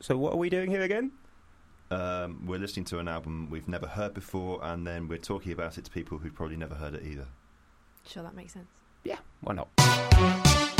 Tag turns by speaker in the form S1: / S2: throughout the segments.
S1: So what are we doing here again?
S2: Um, we're listening to an album we've never heard before, and then we're talking about it to people who've probably never heard it either.
S3: Sure, that makes sense.
S1: Yeah, why not?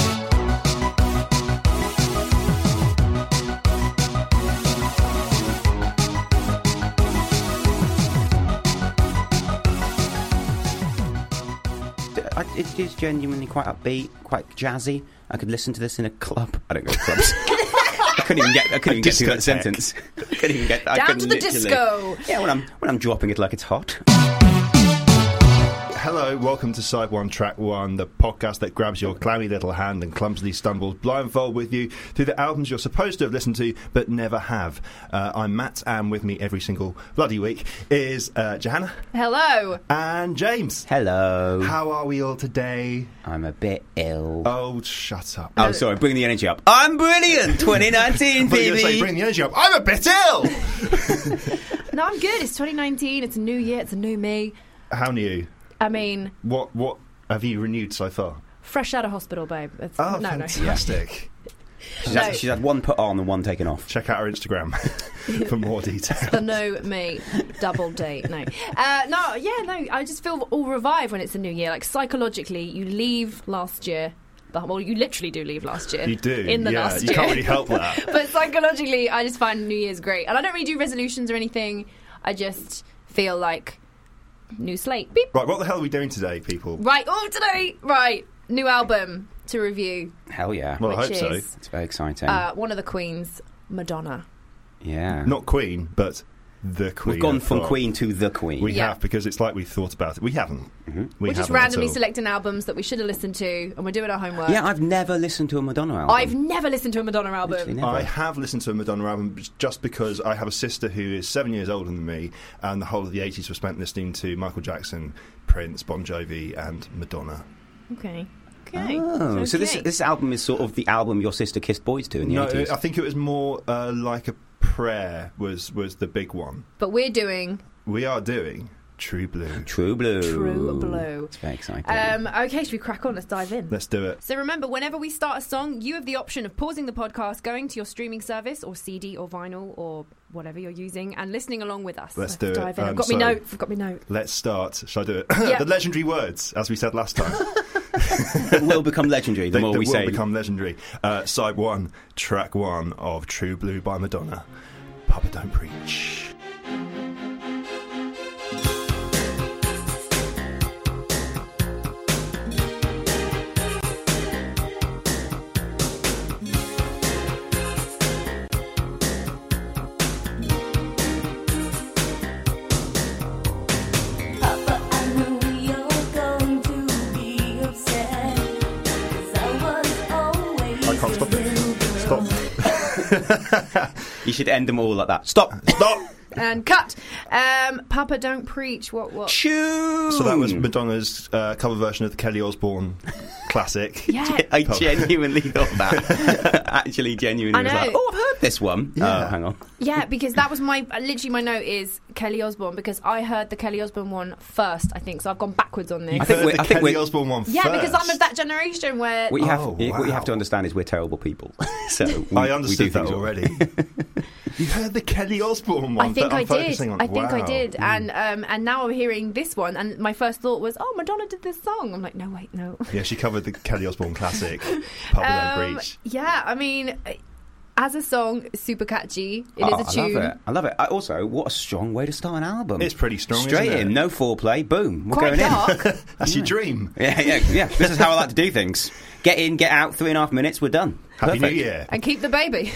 S1: I, it is genuinely quite upbeat, quite jazzy. I could listen to this in a club. I don't go to clubs. I couldn't even get. I couldn't even get through that
S2: discotheque.
S1: sentence. I couldn't even get. I
S3: Down
S1: couldn't
S3: to the
S1: literally-
S3: disco.
S1: Yeah, when I'm when I'm dropping it like it's hot.
S2: Hello, welcome to Side One Track One, the podcast that grabs your clammy little hand and clumsily stumbles blindfold with you through the albums you're supposed to have listened to but never have. Uh, I'm Matt, and with me every single bloody week is uh, Johanna
S3: Hello.
S2: and James.
S1: Hello.
S2: How are we all today?
S1: I'm a bit ill.
S2: Oh, shut up.
S1: Oh, sorry. Bring the energy up. I'm brilliant. 2019,
S2: I thought you were gonna say,
S1: baby.
S2: bring the energy up. I'm a bit ill.
S3: No, I'm good. It's 2019. It's a new year. It's a new me.
S2: How new? you?
S3: I mean,
S2: What what have you renewed so far?
S3: fresh out of hospital, babe. It's,
S2: Oh,
S3: no, no.
S2: fantastic!
S1: She's
S3: No.
S1: had, she's had one put on and one taken off.
S2: Check out our Instagram for more details.
S3: The new me, double D. No, uh, no, yeah, no. I just feel all revived when it's a new year. Like psychologically, you leave last year. beh- Well, you literally do leave last year.
S2: You do,
S3: in the
S2: yeah.
S3: last
S2: you
S3: year.
S2: can't really help that.
S3: but psychologically, I just find New Year's great, and I don't really do resolutions or anything. I just feel like new slate. Beep.
S2: Right, what the hell are we doing today, people?
S3: Right. Oh, today. Right. New album to review,
S1: Hell yeah.
S2: Well, I
S3: which
S2: hope
S3: is
S2: so.
S1: It's very exciting.
S3: uh, one of the Queen's Madonna.
S1: yeah.
S2: Not Queen, but the Queen.
S1: We've gone
S2: of
S1: from
S2: rock.
S1: Queen to the Queen. Mm-hmm.
S2: We
S3: Yeah.
S2: have because it's like we've thought about it. We haven't. We
S3: We are just
S2: haven't at
S3: randomly
S2: all.
S3: selecting albums that we should have listened to, and we're doing our homework.
S1: yeah, I've never listened to a Madonna album.
S3: I've never listened to a Madonna
S1: Literally
S3: album.
S1: never.
S2: I have listened to a Madonna album just because I have a sister who is seven years older than me, and the whole of the 80s was spent listening to Michael Jackson, Prince, Bon Jovi, and Madonna.
S3: Okay. Okay.
S1: Oh, so this
S3: Okay.
S1: this album is sort of the album your sister kissed boys to in the
S2: No,
S1: eighties.
S2: I think it was more uh, like a prayer was was the big one.
S3: But we're doing.
S2: We are doing True Blue.
S1: True Blue.
S3: True Blue.
S1: It's very exciting.
S3: Um, okay, should we crack on? Let's dive in.
S2: Let's do it.
S3: So remember, whenever we start a song, you have the option of pausing the podcast, going to your streaming service or CD or vinyl or whatever you're using, and listening along with us.
S2: Let's do it.
S3: dive in.
S2: Um,
S3: I've got me
S2: so-
S3: notes. I've got me notes.
S2: Let's start. Shall I do it?
S3: Yeah.
S2: the legendary words, as we said last time.
S1: it will become legendary the
S2: They-
S1: more
S2: they
S1: we
S2: will
S1: say.
S2: become legendary. Uh, side one, track one of True Blue by Madonna. Papa Don't Preach.
S4: Papa, I know we all going to be upset. 'Cause I was always
S2: I can't stop it. Stop.
S1: You should end them all like that. Stop.
S2: Stop!
S3: And cut. Um, Papa, don't preach. What? What?
S1: Tune.
S2: So that was
S3: Hmm.
S2: Madonna's uh, cover version of the Kelly Osbourne classic.
S3: Yeah.
S1: I genuinely thought that. Actually, genuinely
S3: I
S1: was
S3: know.
S1: like, oh, I've heard this one.
S2: Yeah.
S1: Oh, hang on.
S3: Yeah, because that was my uh, literally my note is Kelly Osbourne because I heard the Kelly Osbourne one first, I think. So I've gone backwards on this.
S1: I think
S2: Heard
S1: we're-
S2: the
S1: I think
S2: Kelly
S1: we're-
S2: Osbourne one
S3: yeah, because I'm
S2: first.
S3: of that generation where
S1: What you, have,
S2: Oh,
S1: you- what you have
S2: wow.
S1: to understand is we're terrible people. so we,
S2: I understood
S1: we do
S2: that
S1: things all-
S2: already. you heard the Kelly Osbourne one.
S3: I think
S2: but I'm
S3: I did.
S2: focusing On,
S3: I think I
S2: wow.
S3: did, and um, and now I'm hearing this one, and my first thought was, "Oh, Madonna did this song." I'm like, "No, wait, no."
S2: Yeah, she covered the Kelly Osbourne classic, Papa Don't
S3: Um,
S2: Preach.
S3: yeah, I mean, uh, as a song, it's super catchy. It is
S1: Oh,
S3: a
S1: I love
S3: tune.
S1: it. I love it. I, also, what a strong way to start an album.
S2: It's pretty strong,
S1: Straight
S2: isn't it?
S1: in, no foreplay, boom, we're
S3: Quite
S1: going in.
S3: dark.
S2: That's your dream.
S1: Yeah, yeah, yeah. This is how I like to do things. Get in, get out, three and a half minutes, we're done.
S2: Happy
S1: Perfect.
S2: New Year.
S3: and keep the baby.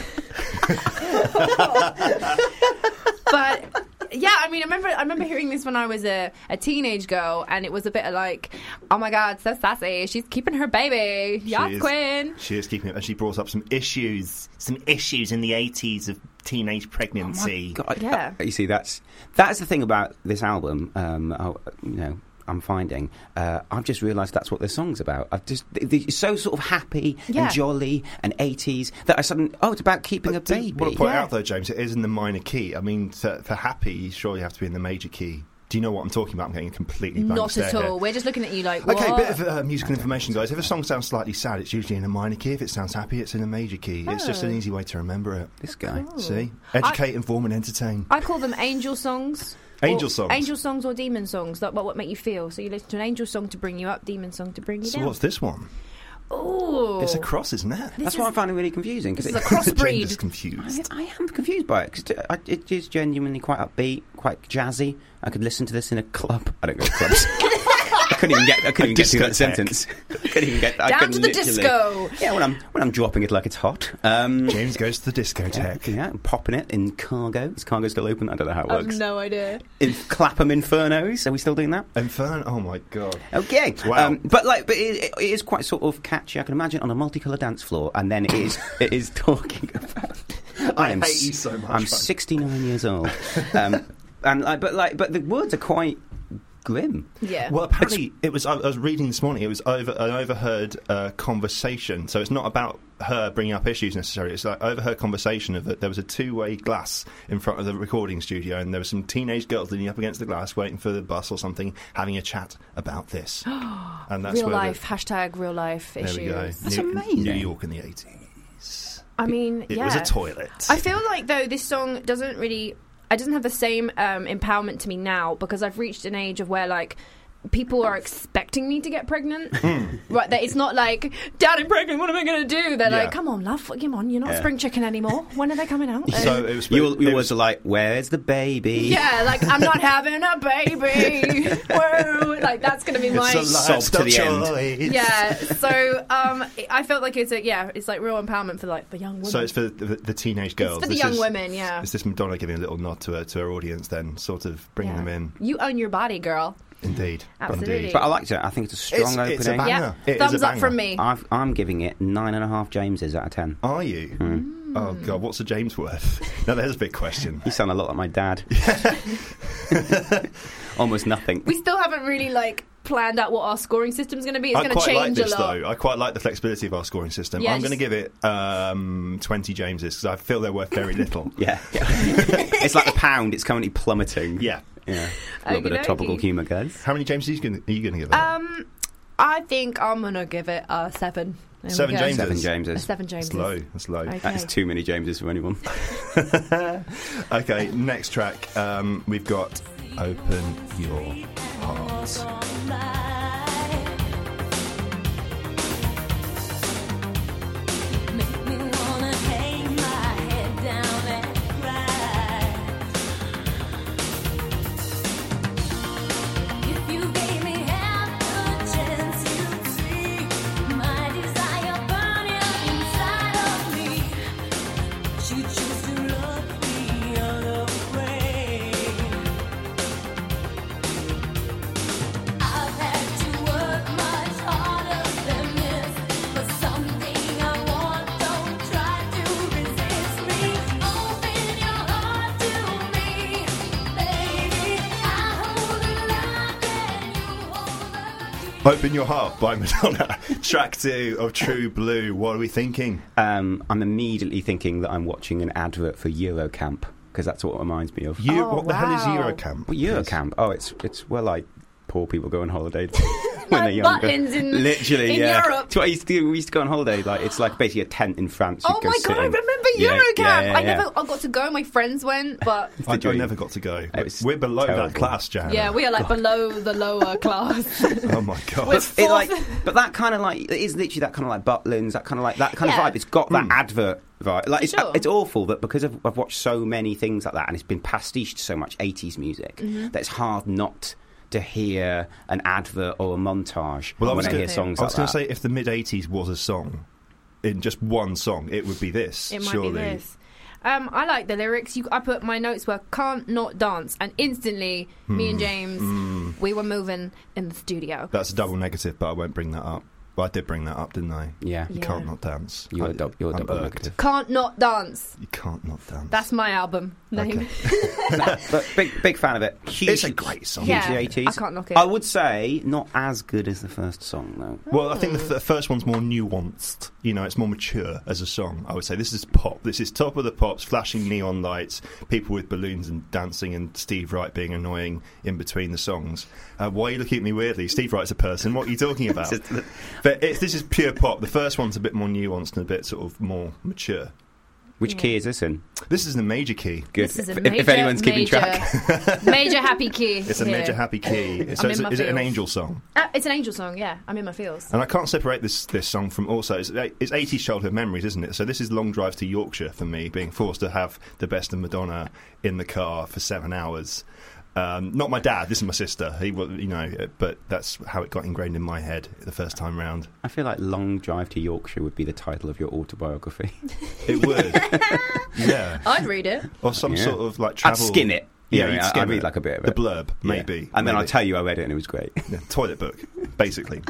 S3: but yeah, I mean, I remember I remember hearing this when I was a, a teenage girl, and it was a bit of like, oh my god, so sassy, she's keeping her baby,
S2: She
S3: yes,
S2: is-
S3: Quinn.
S2: She is keeping it, and she brought up some issues, some issues in the eighties of teenage
S3: Oh
S2: pregnancy.
S1: God,
S3: Yeah.
S1: uh, you see, that's that's the thing about this album. Um, I, you know, I'm finding uh, I've just realised that's what this song's about. I've just th- th- it's so sort of happy
S3: Yeah.
S1: and jolly and 80s that I suddenly oh, it's about keeping a baby.
S2: want to point
S3: Yeah.
S2: out though, James, it is in the minor key. I mean, to, for happy, you surely have to be in the major key Do you know what I'm talking about? I'm getting completely blank
S3: Not
S2: stare
S3: at
S2: here.
S3: all. We're just looking at you like, what?
S2: Okay, bit of uh, musical information, guys. If a song sounds slightly sad, it's usually in a minor key. If it sounds happy, it's in a major key. It's just an
S3: Oh.
S2: easy way to remember it.
S1: This guy.
S2: See? Educate, inform, and entertain.
S3: I call them angel songs.
S2: Angel
S3: or,
S2: songs.
S3: Angel songs or demon songs. Like what, what make you feel. So you listen to an angel song to bring you up, demon song to bring you
S2: So,
S3: down.
S2: what's this one?
S3: Ooh.
S2: It's a cross, isn't it?
S1: That's what I'm finding really confusing because
S3: This is a
S1: it,
S2: Gender's
S3: crossbreed.
S1: I,
S2: confused.
S1: I am confused by it because it is genuinely quite upbeat, quite jazzy. I could listen to this in a club. I don't go to clubs. I couldn't even get. I couldn't even get through that
S2: discotheque.
S1: sentence. I couldn't even get. I
S3: Down
S1: couldn't
S3: to the
S1: literally-
S3: disco.
S1: Yeah, when I'm when I'm dropping it like it's hot. Um,
S2: James goes to the discotheque.
S1: yeah, I'm popping it in cargo. Is cargo still open? I don't know how it
S3: I've
S1: works.
S3: Um, no idea.
S1: In Clapham Infernos, are we still doing that?
S2: Infern, oh my god.
S1: Okay. um,
S2: Wow.
S1: but like, but it, it is quite sort of catchy. I can imagine on a multicolour dance floor, and then it is it is talking about. I, am.
S2: hate
S1: s-
S2: you so much,
S1: I'm
S2: right?
S1: 69 years old, um, and like, but like, but the words are quite grim.
S3: Yeah.
S2: Well, apparently it was. I was reading this morning. It was over an overheard uh, conversation. So it's not about her bringing up issues necessarily. It's like overheard conversation of that there was a two-way glass in front of the recording studio, and there were some teenage girls leaning up against the glass, waiting for the bus or something, having a chat about this. and that's
S3: real
S2: where
S3: life. Hashtag real life
S2: The, there
S3: issues.
S2: we go.
S1: That's
S2: New,
S1: amazing.
S2: New York in the eighties.
S3: I mean,
S2: It
S3: yeah.
S2: was a toilet.
S3: I feel like though this song doesn't really, it doesn't have the same um, empowerment to me now because I've reached an age of where like people are expecting me to get pregnant.
S2: Hmm.
S3: right, that it's not like Dad, I'm pregnant. What am I going to do? They're
S2: Yeah.
S3: like, come on, love, come on, you're not
S1: Yeah.
S3: spring chicken anymore. When are they coming out?
S2: So it was.
S1: Your,
S2: it
S1: your
S2: was-
S1: words are like, "Where's the baby?"
S3: yeah, like I'm not having a baby. Whoa, like that's going to be my
S2: it's a
S1: Sob to the end.
S2: lifestyle choice.
S3: yeah. So um, I felt like it's a yeah, it's like real empowerment for like the young women.
S2: So it's for the, the teenage
S3: It's
S2: girls.
S3: for the
S2: This
S3: young
S2: is-
S3: women, yeah.
S2: It's just Madonna giving a little nod to her to her audience, then sort of bringing
S3: Yeah.
S2: them
S3: You own your body, girl.
S2: in. Indeed,
S3: Absolutely.
S2: indeed.
S1: But I liked it. I think it's a strong
S2: It's-
S1: opening.
S2: it's a banger.
S3: Yeah,
S2: It is a
S3: thumbs up
S2: banger.
S3: from me.
S1: I've, I'm giving it nine and a half Jameses out of ten. Hmm.
S2: Are you?
S3: Hmm.
S2: Oh God, what's a James worth? now there's a big question.
S1: You sound a lot like my dad. Almost nothing.
S3: we still haven't really like planned out what our scoring system's going to be. It's
S2: I
S3: going to
S2: quite like
S3: change
S2: this
S3: a lot.
S2: though. I quite like the flexibility of our scoring system.
S3: Yeah,
S2: I'm going to
S3: just-
S2: give it um, 20 Jameses because I feel they're worth very little.
S1: Yeah. it's like the pound. It's currently plummeting.
S2: yeah.
S1: Yeah. A little bit of
S3: Okey-dokey.
S1: topical humour, guys.
S2: How many Jameses are you going to give it?
S3: Um, I think I'm going to give it a seven. There we
S2: Seven
S3: go.
S2: Jameses.
S1: Seven
S3: A
S1: Jameses.
S3: seven James.
S2: that's low. That's low.
S3: Okay.
S1: That is too many Jameses for anyone.
S2: Okay, next track. Um, we've got "Open Your Heart."
S4: Make me wanna hang my head down and cry. If you gave me half the chance, you'd see my desire burning inside of me. You choose to look the other way. I've had to work much harder than this for something I want. Don't try to resist me. Open your heart to me, baby. I hold a light and you hold a key.
S2: Open Your Heart by Madonna. Track two of True Blue. What are we thinking?
S1: Um, I'm immediately thinking that I'm watching an advert for Eurocamp because that's what it reminds me of.
S2: You,
S3: Oh,
S2: what the hell is
S3: wow.
S2: Eurocamp?
S1: Well, Eurocamp. Oh, it's it's where like poor people go on holiday when
S3: Like
S1: they're younger.
S3: Butlins in-
S1: Literally,
S3: in
S1: yeah.
S3: Europe.
S1: It's what I used to do. We used to go on holiday. Like it's like basically a tent in France. You'd
S3: Oh
S1: go
S3: my
S1: sit
S3: god! I
S1: in.
S3: remember
S1: Yeah,
S3: Eurocamp.
S1: yeah, yeah,
S3: I
S1: yeah.
S3: never I got to go. My friends went, but
S2: I,
S1: the
S2: I
S1: dream.
S2: never got to go.
S1: It was
S2: We're below that
S1: terrible.
S2: class, Jan.
S3: yeah, we are like below the lower class.
S2: oh my god.
S3: We're-
S1: It like,
S3: Fourth.
S1: but that kind of like it is literally that kind of like Butlins, that kind of like that kind
S3: Yeah.
S1: of vibe. It's got
S2: Hmm.
S1: that advert vibe. Like it's, uh,
S3: Sure.
S1: it's awful that because I've, I've watched so many things like that, and it's been pastiched so much eighties music
S3: Mm-hmm.
S1: that it's hard not to hear an advert or a montage
S2: Well, I was
S1: when I
S2: gonna-
S1: hear songs
S2: I was
S1: like
S2: going
S1: that.
S2: to say, if the mid '80s was a song, in just one song, it would be this.
S3: It might
S2: surely.
S3: be this. Um, I like the lyrics. You, I put my notes were "can't not dance," and instantly,
S2: Hmm.
S3: me and James, we were moving in the studio.
S2: That's a double negative, but I won't bring that up. Well, I did bring that up, didn't I?
S1: Yeah.
S2: You
S3: Yeah.
S2: can't not dance.
S1: You're
S2: I-
S1: a dub- you're a
S2: I'm
S1: double
S2: irked.
S1: negative.
S3: Can't not dance.
S2: You can't not dance.
S3: That's my album name.
S2: Okay.
S1: but big, big fan of it. Huge,
S2: It's a great song.
S1: Huge
S3: Yeah,
S1: 80s.
S3: I can't knock it.
S1: I
S2: Oh,
S1: would say not as good as the first song though.
S2: Well, I
S3: Oh.
S2: think the, the first one's more nuanced. You know, it's more mature as a song. I would say this is pop. This is top of the pops, flashing neon lights, people with balloons and dancing, and Steve Wright being annoying in between the songs. Uh, why are you looking at me weirdly? Steve Wright's a person. What are you talking about? but it's, this is pure pop. The first one's a bit more nuanced and a bit sort of more mature.
S1: Which
S3: Yeah.
S1: key is this in?
S2: This is the major key.
S1: Good.
S3: This is a
S1: if,
S3: major,
S1: if anyone's keeping
S3: major,
S1: track,
S3: major happy key.
S2: It's a
S3: here.
S2: major happy key. So
S3: I'm
S2: is,
S3: in my
S2: it- is it an
S3: feels.
S2: angel song?
S3: Uh, it's an angel song, yeah. I'm in my feels.
S2: And I can't separate this this song from also it's, it's 80s childhood memories, isn't it? So this is long drive to Yorkshire for me, being forced to have the best of Madonna in the car for seven hours. Um, not my dad. This is my sister. He, wa- you know, but that's how it got ingrained in my head the first time round.
S1: I feel like "Long Drive to Yorkshire" would be the title of your autobiography.
S2: It would, yeah,
S3: I'd read it.
S2: or some
S1: Yeah.
S2: sort of like
S1: I'd
S2: travel.
S1: skin it. You
S2: Yeah,
S1: know,
S2: you'd
S1: I-
S2: skim
S1: I'd read
S2: it.
S1: like a bit of
S2: The
S1: it.
S2: blurb,
S1: Yeah.
S2: maybe,
S1: And then
S2: maybe.
S1: I'll tell you I read it and it was great.
S2: Yeah, toilet book, basically.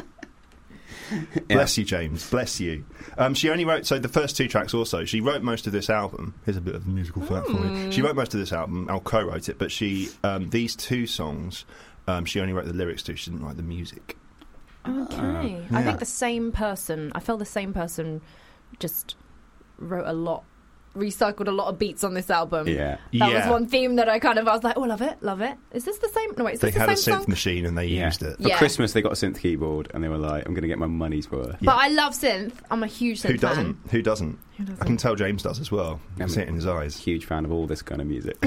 S1: Yeah.
S2: Bless you, James. Bless you. Um, she only wrote so the first two tracks. Also, she wrote most of this album. Here's a bit of musical fact for you. She
S3: Hmm.
S2: wrote most of this album. I co-wrote it, but she um, these two songs um, she only wrote the lyrics to. She didn't write the music.
S3: Okay.
S2: Uh, Yeah.
S3: I think the same person, I feel the same person just wrote a lot, recycled a lot of beats on this album.
S1: Yeah.
S3: That
S2: yeah,
S3: was one theme that I kind of, I was like, oh, love it, love it. Is this the same? No, wait, is
S2: they
S3: this
S2: had a
S3: the
S2: synth
S3: same song?
S2: machine and they
S1: Yeah.
S2: used it.
S1: For
S3: Yeah.
S1: Christmas, they got a synth keyboard and they were like, I'm going to get my money's worth.
S3: But I love synth. I'm a huge synth
S2: Who doesn't?
S3: fan.
S2: Who doesn't?
S3: Who doesn't?
S2: I can tell James does as well. I
S1: Yeah.
S2: can see it in his eyes.
S1: Huge fan of all this kind of music.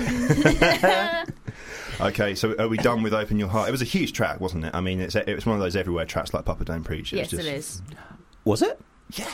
S2: Okay, so are we done with "Open Your Heart"? It was a huge track, wasn't it? I mean, it's it was one of those everywhere tracks like "Papa Don't Preach." It
S3: yes,
S2: was
S3: it
S2: just,
S3: is.
S1: Was it?
S2: Yeah,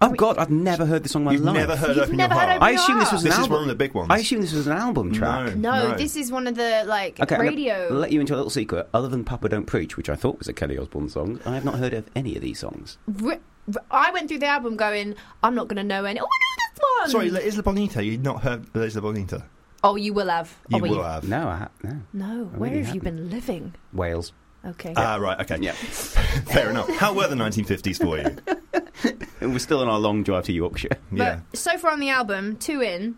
S1: Oh, God, I've never heard this song in my
S2: you've
S1: life.
S2: never heard
S3: You've
S2: "Open
S3: never
S2: Your
S3: heard
S2: Heart."
S3: Open
S1: I assume this
S3: Yeah.
S1: was an
S2: This is
S1: album.
S2: one of the big ones.
S1: I assume this was an album track.
S3: No, this is one of the, like,
S1: Okay, I'm gonna
S3: radio.
S1: I'll let you into a little secret. Other than Papa Don't Preach, which I thought was a Kelly Osbourne song, I have not heard of any of these songs.
S3: r- r- I went through the album going, I'm not going to know any. Oh, I know this one.
S2: Sorry, La Isla Bonita. You've not heard La Isla Bonita?
S3: oh, you will have.
S2: You
S3: oh, but
S2: will have.
S1: No, I ha- no.
S3: No,
S1: I
S3: where
S1: really
S3: have you been living?
S1: Wales.
S3: Okay.
S2: Ah, right, okay.
S1: Yeah.
S2: Fair enough. How were the 1950s for you?
S1: And We're still on our long drive to Yorkshire.
S2: yeah.
S3: But so far on the album, two in.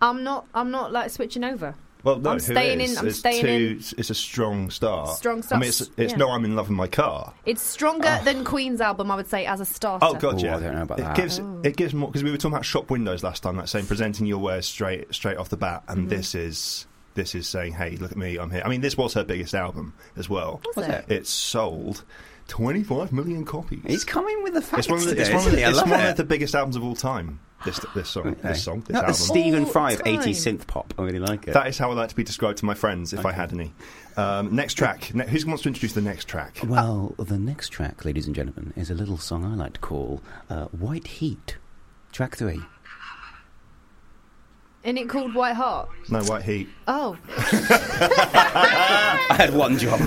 S3: I'm not. I'm not like switching over.
S2: Well, no,
S3: I'm
S2: who
S3: staying
S2: is?
S3: in, I'm
S2: it's
S3: staying
S2: two,
S3: in.
S2: It's a strong start.
S3: Strong
S2: Uh, I
S3: start,
S2: mean, it's, it's
S3: yeah.
S2: no I'm in love with my car.
S3: It's stronger than Queen's album, I would say, as a starter.
S2: Oh, God,
S1: Ooh,
S2: yeah.
S1: I don't know about
S2: it
S1: that.
S2: Gives,
S3: Oh. Mm.
S2: It gives more, because we were talking about shop windows last time, that saying presenting your wares straight straight off the bat, and
S3: Mm-hmm.
S2: this is this is saying, hey, look at me, I'm here. I mean, this was her biggest album as well.
S3: Was it?
S2: It sold 25 million copies.
S1: He's coming with the facts
S2: It's one of the,
S1: today,
S2: it's one of
S1: isn't
S2: the,
S1: he? I
S2: it's
S1: love
S2: one
S1: it.
S2: of the biggest albums of all time. This this song, this song, this
S1: Not the
S2: album.
S1: Stephen
S3: All
S1: Five
S3: time.
S1: 80s synth pop. I really like it.
S2: that is how I like to be described to my friends, if I had any. Um, next track. Ne- who wants to introduce the next track?
S1: Well, the next track, ladies and gentlemen, is a little song I like to call uh, White Heat, track three.
S3: And it called White Heart.
S2: No, White Heat.
S3: Oh,
S1: I had one job.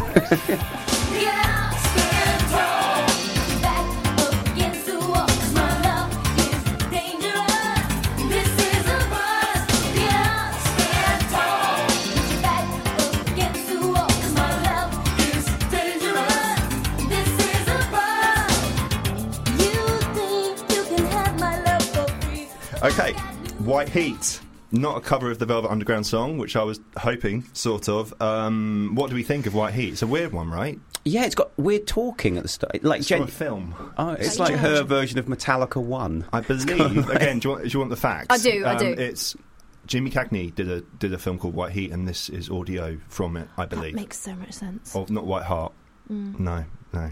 S2: Okay, White Heat. Not a cover of the Velvet Underground song, which I was hoping, sort of. Um, what do we think of White Heat? It's a weird one, right?
S1: yeah, it's got we're talking at the start, like
S2: It's
S1: Jen.
S2: from a film.
S1: Oh, it's
S3: Like
S1: like
S3: Jen.
S1: her version of Metallica One.
S2: I believe. Again, do you, want, do you want the facts? Um,
S3: I do, I do.
S2: It's Jimmy Cagney did a did a film called White Heat, and this is audio from it, I
S3: that
S2: believe.
S3: makes so much sense. Mm.
S2: Oh, not White Heart. No, no.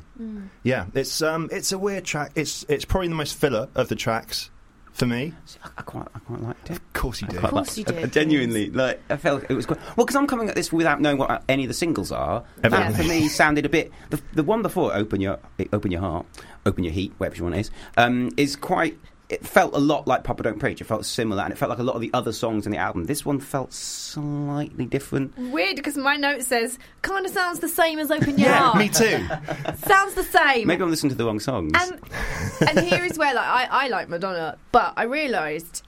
S2: Yeah, it's um, it's a weird track. It's it's probably the most filler of the tracks for me.
S1: See, I, I quite, I quite liked it.
S2: Of course you do.
S1: Quite
S3: Of course
S1: liked
S3: you
S1: it.
S3: did,
S1: I genuinely, like I felt it was quite well because I'm coming at this without knowing what uh, any of the singles are.
S2: Everything.
S1: That for me sounded a bit the, the one before "Open Your Open Your Heart," "Open Your Heat," whatever you want it is, um, is quite. It felt a lot like Papa Don't Preach. It felt similar, and it felt like a lot of the other songs in the album. This one felt slightly different.
S3: Weird, because my note says kind of sounds the same as Open Your
S2: Yeah,
S3: Heart.
S2: me too.
S3: Sounds the same.
S1: Maybe I'm listening to the wrong songs.
S3: and and here is where like I, I like Madonna, but I realised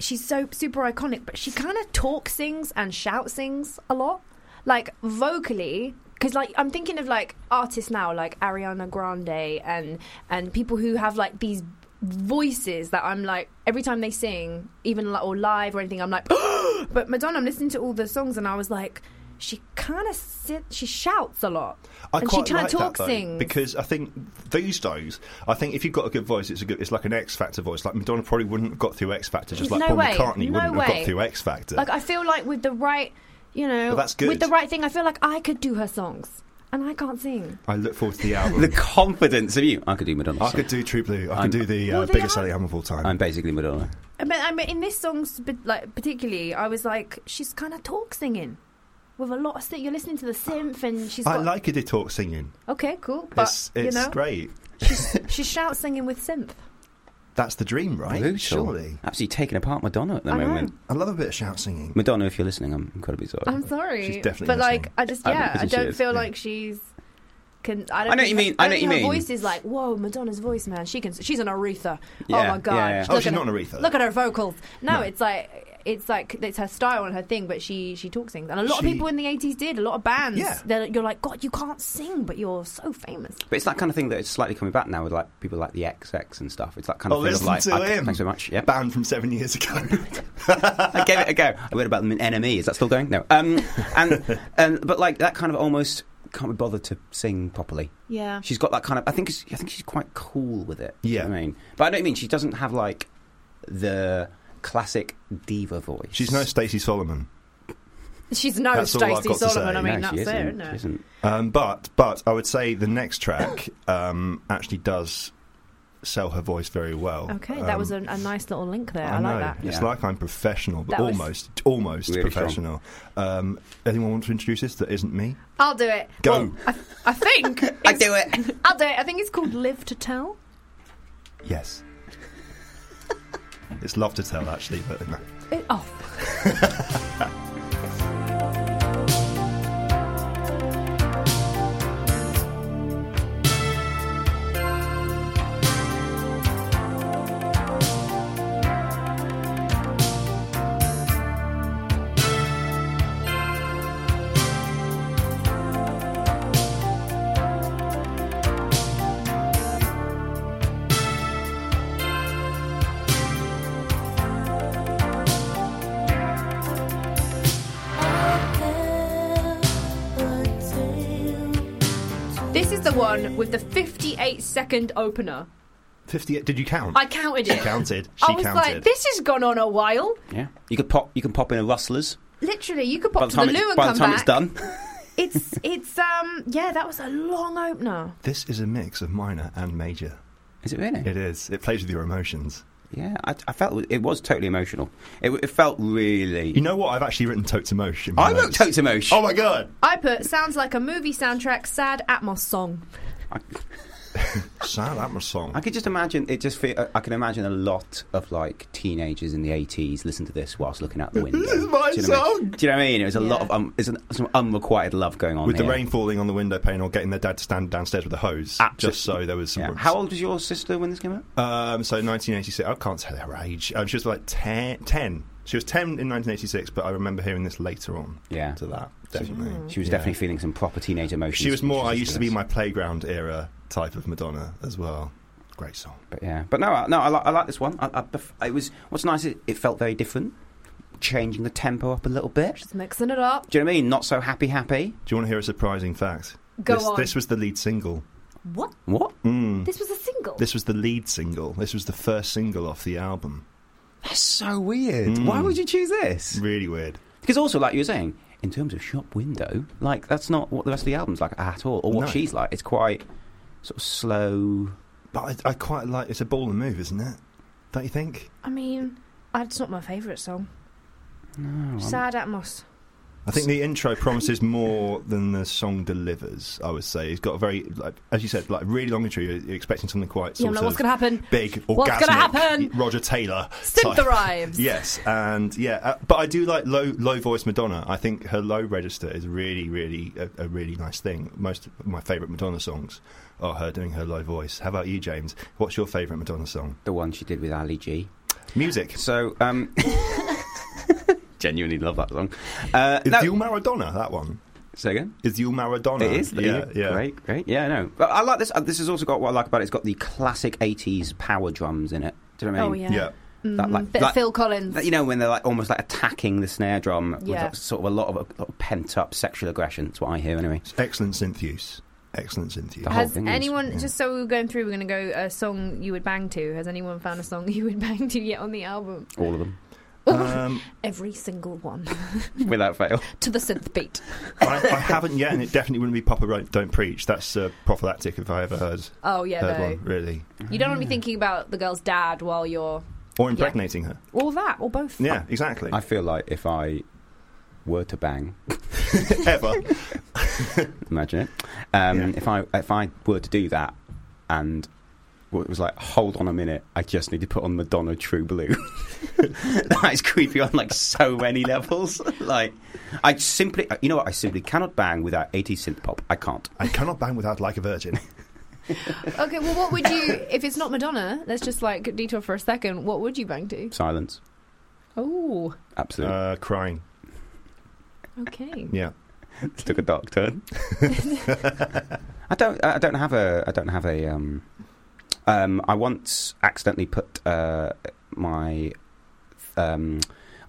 S3: she's so super iconic, but she kind of talk sings and shout sings a lot. Like vocally, because like I'm thinking of like artists now, like Ariana Grande and and people who have like these voices that I'm like every time they sing, even li- or live or anything, I'm like. but Madonna, I'm listening to all the songs and I was like, she kind of sit, she shouts a lot,
S2: I
S3: and she
S2: quite
S3: kind
S2: like
S3: of talks
S2: that, though,
S3: things.
S2: because I think these days, I think if you've got a good voice, it's a good. It's like an X Factor voice. Like Madonna probably wouldn't have got through X Factor, just like
S3: No
S2: Paul
S3: way.
S2: McCartney
S3: No
S2: wouldn't have
S3: way.
S2: got through X Factor.
S3: like I feel like with the right, you know,
S2: But that's good.
S3: with the right thing, I feel like I could do her songs, and I can't sing.
S2: I look forward to the album.
S1: The confidence of you. I could do Madonna.
S2: I could do True Blue. I
S1: I'm-
S2: could do the uh,
S3: Well, they
S2: biggest
S3: are-
S2: selling album of all time.
S1: I'm basically Madonna.
S3: But I mean, in this song, sp- like particularly, I was like, she's kind of talk singing. With a lot of synth, you're listening to the synth, and she's
S2: I
S3: got-
S2: like her to talk singing.
S3: okay, cool, but
S2: it's it's
S3: you know,
S2: great.
S3: she shouts singing with synth.
S2: That's the dream, right?
S1: Brutal.
S2: Surely.
S1: Absolutely taking apart Madonna at the
S3: I know.
S1: moment.
S2: I love a bit of shout singing.
S1: Madonna, if you're listening, I'm incredibly sorry.
S3: I'm sorry,
S2: She's definitely
S3: but
S2: listening.
S3: like, I just
S1: I don't
S3: yeah,
S1: think
S3: I
S1: she
S3: don't
S1: is,
S3: feel
S1: yeah.
S3: like she's. Can, I, don't
S1: I know what
S3: think
S1: you
S3: her-
S1: mean,
S3: I
S1: I know what
S3: don't think
S1: you mean.
S3: her voice is like whoa, Madonna's voice, man. She can. She's an Aretha. oh
S1: Yeah,
S3: my god.
S1: yeah, yeah.
S3: Look
S2: Oh, she's
S3: at
S2: not
S3: her-
S2: an Aretha.
S3: Look at her vocals. No,
S2: No.
S3: it's like it's like it's her style and her thing, but she she talks things. And a lot
S2: She-
S3: of people in the eighties did. A lot of bands.
S2: Yeah.
S3: That you're like, God, you can't sing, but you're so famous.
S1: But it's that kind of thing that is slightly coming back now with like people like the XX and stuff. It's that kind
S2: Oh,
S1: of thing of
S2: listen
S1: like,
S2: to
S1: okay,
S2: him.
S1: thanks so much. Yeah,
S2: Banned from seven years ago.
S1: I gave it a go. I read about them in NME. Is that still going? No. Um, and um, but like that kind of almost can't be bothered to sing properly.
S3: Yeah.
S1: She's got that kind of. I think. it's- I think she's quite cool with it. Do you know
S2: Yeah.
S1: what I mean, but I don't mean she doesn't have like the classic diva voice.
S2: she's no Stacey Solomon.
S3: She's no
S2: That's all I've
S3: Stacey
S2: got to
S3: Solomon.
S2: say.
S3: I
S1: no,
S3: mean, that's
S1: she
S3: it,
S1: isn't.
S3: isn't
S1: She
S3: it?
S1: isn't.
S2: Um, but but I would say the next track um, actually does sell her voice very well.
S3: Okay,
S2: Um,
S3: that was a, a nice little link there. I,
S2: know.
S3: like that.
S2: It's
S1: Yeah.
S2: like I'm professional, but
S3: That was-
S2: almost almost
S1: Really
S2: professional. Um, anyone want to introduce this that isn't me?
S3: I'll do it.
S2: Go.
S3: Well, I, I think.
S1: I
S3: it's-
S1: do it.
S3: I'll do it. I think it's called Live to Tell.
S2: Yes. it's love to tell actually, but no.
S3: It, oh. This is the one with the 58 second opener.
S2: fifty. Did you count?
S3: I counted
S2: she
S3: it.
S2: counted. She
S3: I was
S2: counted.
S3: like, this has gone on a while.
S1: Yeah, you could pop. You can pop in a rustlers.
S3: Literally, you could
S1: By
S3: pop
S1: the
S3: to the
S1: time,
S3: loo
S1: it's,
S3: and
S1: by
S3: come
S1: the time
S3: back.
S1: it's done,
S3: It's it's um yeah, that was a long opener.
S2: This is a mix of minor and major.
S1: is it really?
S2: It is. It plays with your emotions.
S1: Yeah, I, I felt it was totally emotional. It, it felt really.
S2: You know what? I've actually written totes emotion.
S1: I wrote totes emotion.
S2: Oh my god!
S3: I put sounds like a movie soundtrack, sad Atmos song.
S1: I,
S2: Sad Atmos song.
S1: I could just imagine it. Just feel, I can imagine a lot of like teenagers in the eighties listen to this whilst looking out the window.
S2: This is my
S1: Do you know what I mean?
S2: song.
S1: Do you know what I mean? It was a lot
S3: Yeah.
S1: of um, it's an, some unrequited love going on
S2: with the
S1: here.
S2: rain falling on the window pane, or getting their dad to stand downstairs with a hose,
S1: Absol-
S2: just so there was some.
S1: Yeah.
S2: warmth.
S1: How old was your sister when this came out?
S2: Um, so 1986. I can't say her age. Um, she was like 10, 10. She was 10 in 1986, but I remember hearing this later on.
S1: Yeah.
S2: To that, definitely.
S1: She was
S2: Yeah.
S1: definitely feeling some proper teenage emotions.
S2: She was
S1: when
S2: more. I
S1: listened
S2: used to be
S1: this.
S2: my playground era type of Madonna as well. Great song.
S1: But yeah, but no, I- no, I, li- I like this one. I, I, bef- it was what's nice. It, it felt very different, changing the tempo up a little bit.
S3: Just mixing it up.
S1: Do you know what I mean? Not so happy, happy.
S2: Do you want to hear a surprising fact?
S3: Go
S2: this,
S3: on.
S2: This was the lead single.
S3: What?
S1: What?
S2: Mm.
S3: This was a single.
S2: This was the lead single. This was the first single off the album.
S1: That's so weird.
S2: Mm.
S1: Why would you choose this?
S2: Really weird.
S1: Because also, like you were saying, in terms of shop window, like that's not what the rest of the album's like at all, or what
S2: No.
S1: she's like. It's quite sort of slow.
S2: But I, I quite like. It's a ball and move, isn't it? Don't you think?
S3: I mean, I- it's not my favourite song.
S1: No,
S3: Sad Atmos.
S2: I think the intro promises more than the song delivers. I would say it's got a very, like, as you said, like really long intro. You're expecting something quite
S3: Yeah,
S2: sort
S3: I'm like, what's
S2: of
S3: gonna happen?
S2: big,
S3: What's
S2: orgasmic.
S3: gonna happen?
S2: Roger Taylor.
S3: Synth
S2: type.
S3: arrives.
S2: Yes, and yeah, uh, but I do like low low voice Madonna. I think her low register is really, really a, a really nice thing. Most of my favourite Madonna songs are her doing her low voice. How about you, James? What's your favourite Madonna song?
S1: the one she did with Ali G.
S2: Music.
S1: So, um, genuinely love that song. Uh,
S2: Is
S1: no,
S2: Dil Maradona that one?
S1: Say again.
S2: Is you Maradona?
S1: It is.
S2: Yeah, yeah.
S1: Great, great. Yeah, I know. But I like this. uh, This has also got what I like about it. It's got the classic '80s power drums in it. Do you know what I
S3: Oh
S1: mean?
S3: yeah.
S2: Yeah.
S1: That, like,
S3: Bit of
S1: that-
S3: Phil Collins.
S1: that- you know when they're like almost like attacking the snare drum with
S3: Yeah.
S1: like, sort of a lot of, a lot of pent up sexual aggression. That's what I hear anyway.
S2: It's excellent synth use. Excellent synth use.
S1: The whole
S3: Has
S1: thing is-
S3: anyone
S2: yeah.
S3: just so we we're going through? We're going to go a song you would bang to. Has anyone found a song you would bang to yet on the album?
S1: All of them
S2: Um,
S3: Every single one
S1: without fail.
S3: to the synth beat.
S2: I, I haven't yet, and it definitely wouldn't be Papa Ro- Don't Preach. That's uh, prophylactic if I ever heard,
S3: Oh yeah,
S2: heard
S3: no.
S2: one, really.
S3: You don't want
S1: Mm.
S3: to be thinking about the girl's dad while you're
S2: Or impregnating her.
S3: or that or both.
S2: Yeah, exactly.
S1: I feel like if I were to bang,
S2: ever.
S1: imagine it. Um,
S2: Yeah.
S1: If I if I were to do that and w- it was like, hold on a minute, I just need to put on Madonna True Blue. that is creepy on like so many levels. like, I simply, you know what? I simply cannot bang without 80 synth pop. I can't.
S2: I cannot bang without Like a Virgin.
S3: Okay, well, what would you if it's not Madonna? Let's just like detour for a second. What would you bang to?
S1: Silence.
S3: Oh,
S1: Absolutely.
S2: Uh, crying.
S3: okay.
S2: Yeah.
S1: Took a dark turn. I don't. I don't have a. I don't have a. Um, um, I once accidentally put uh, my um,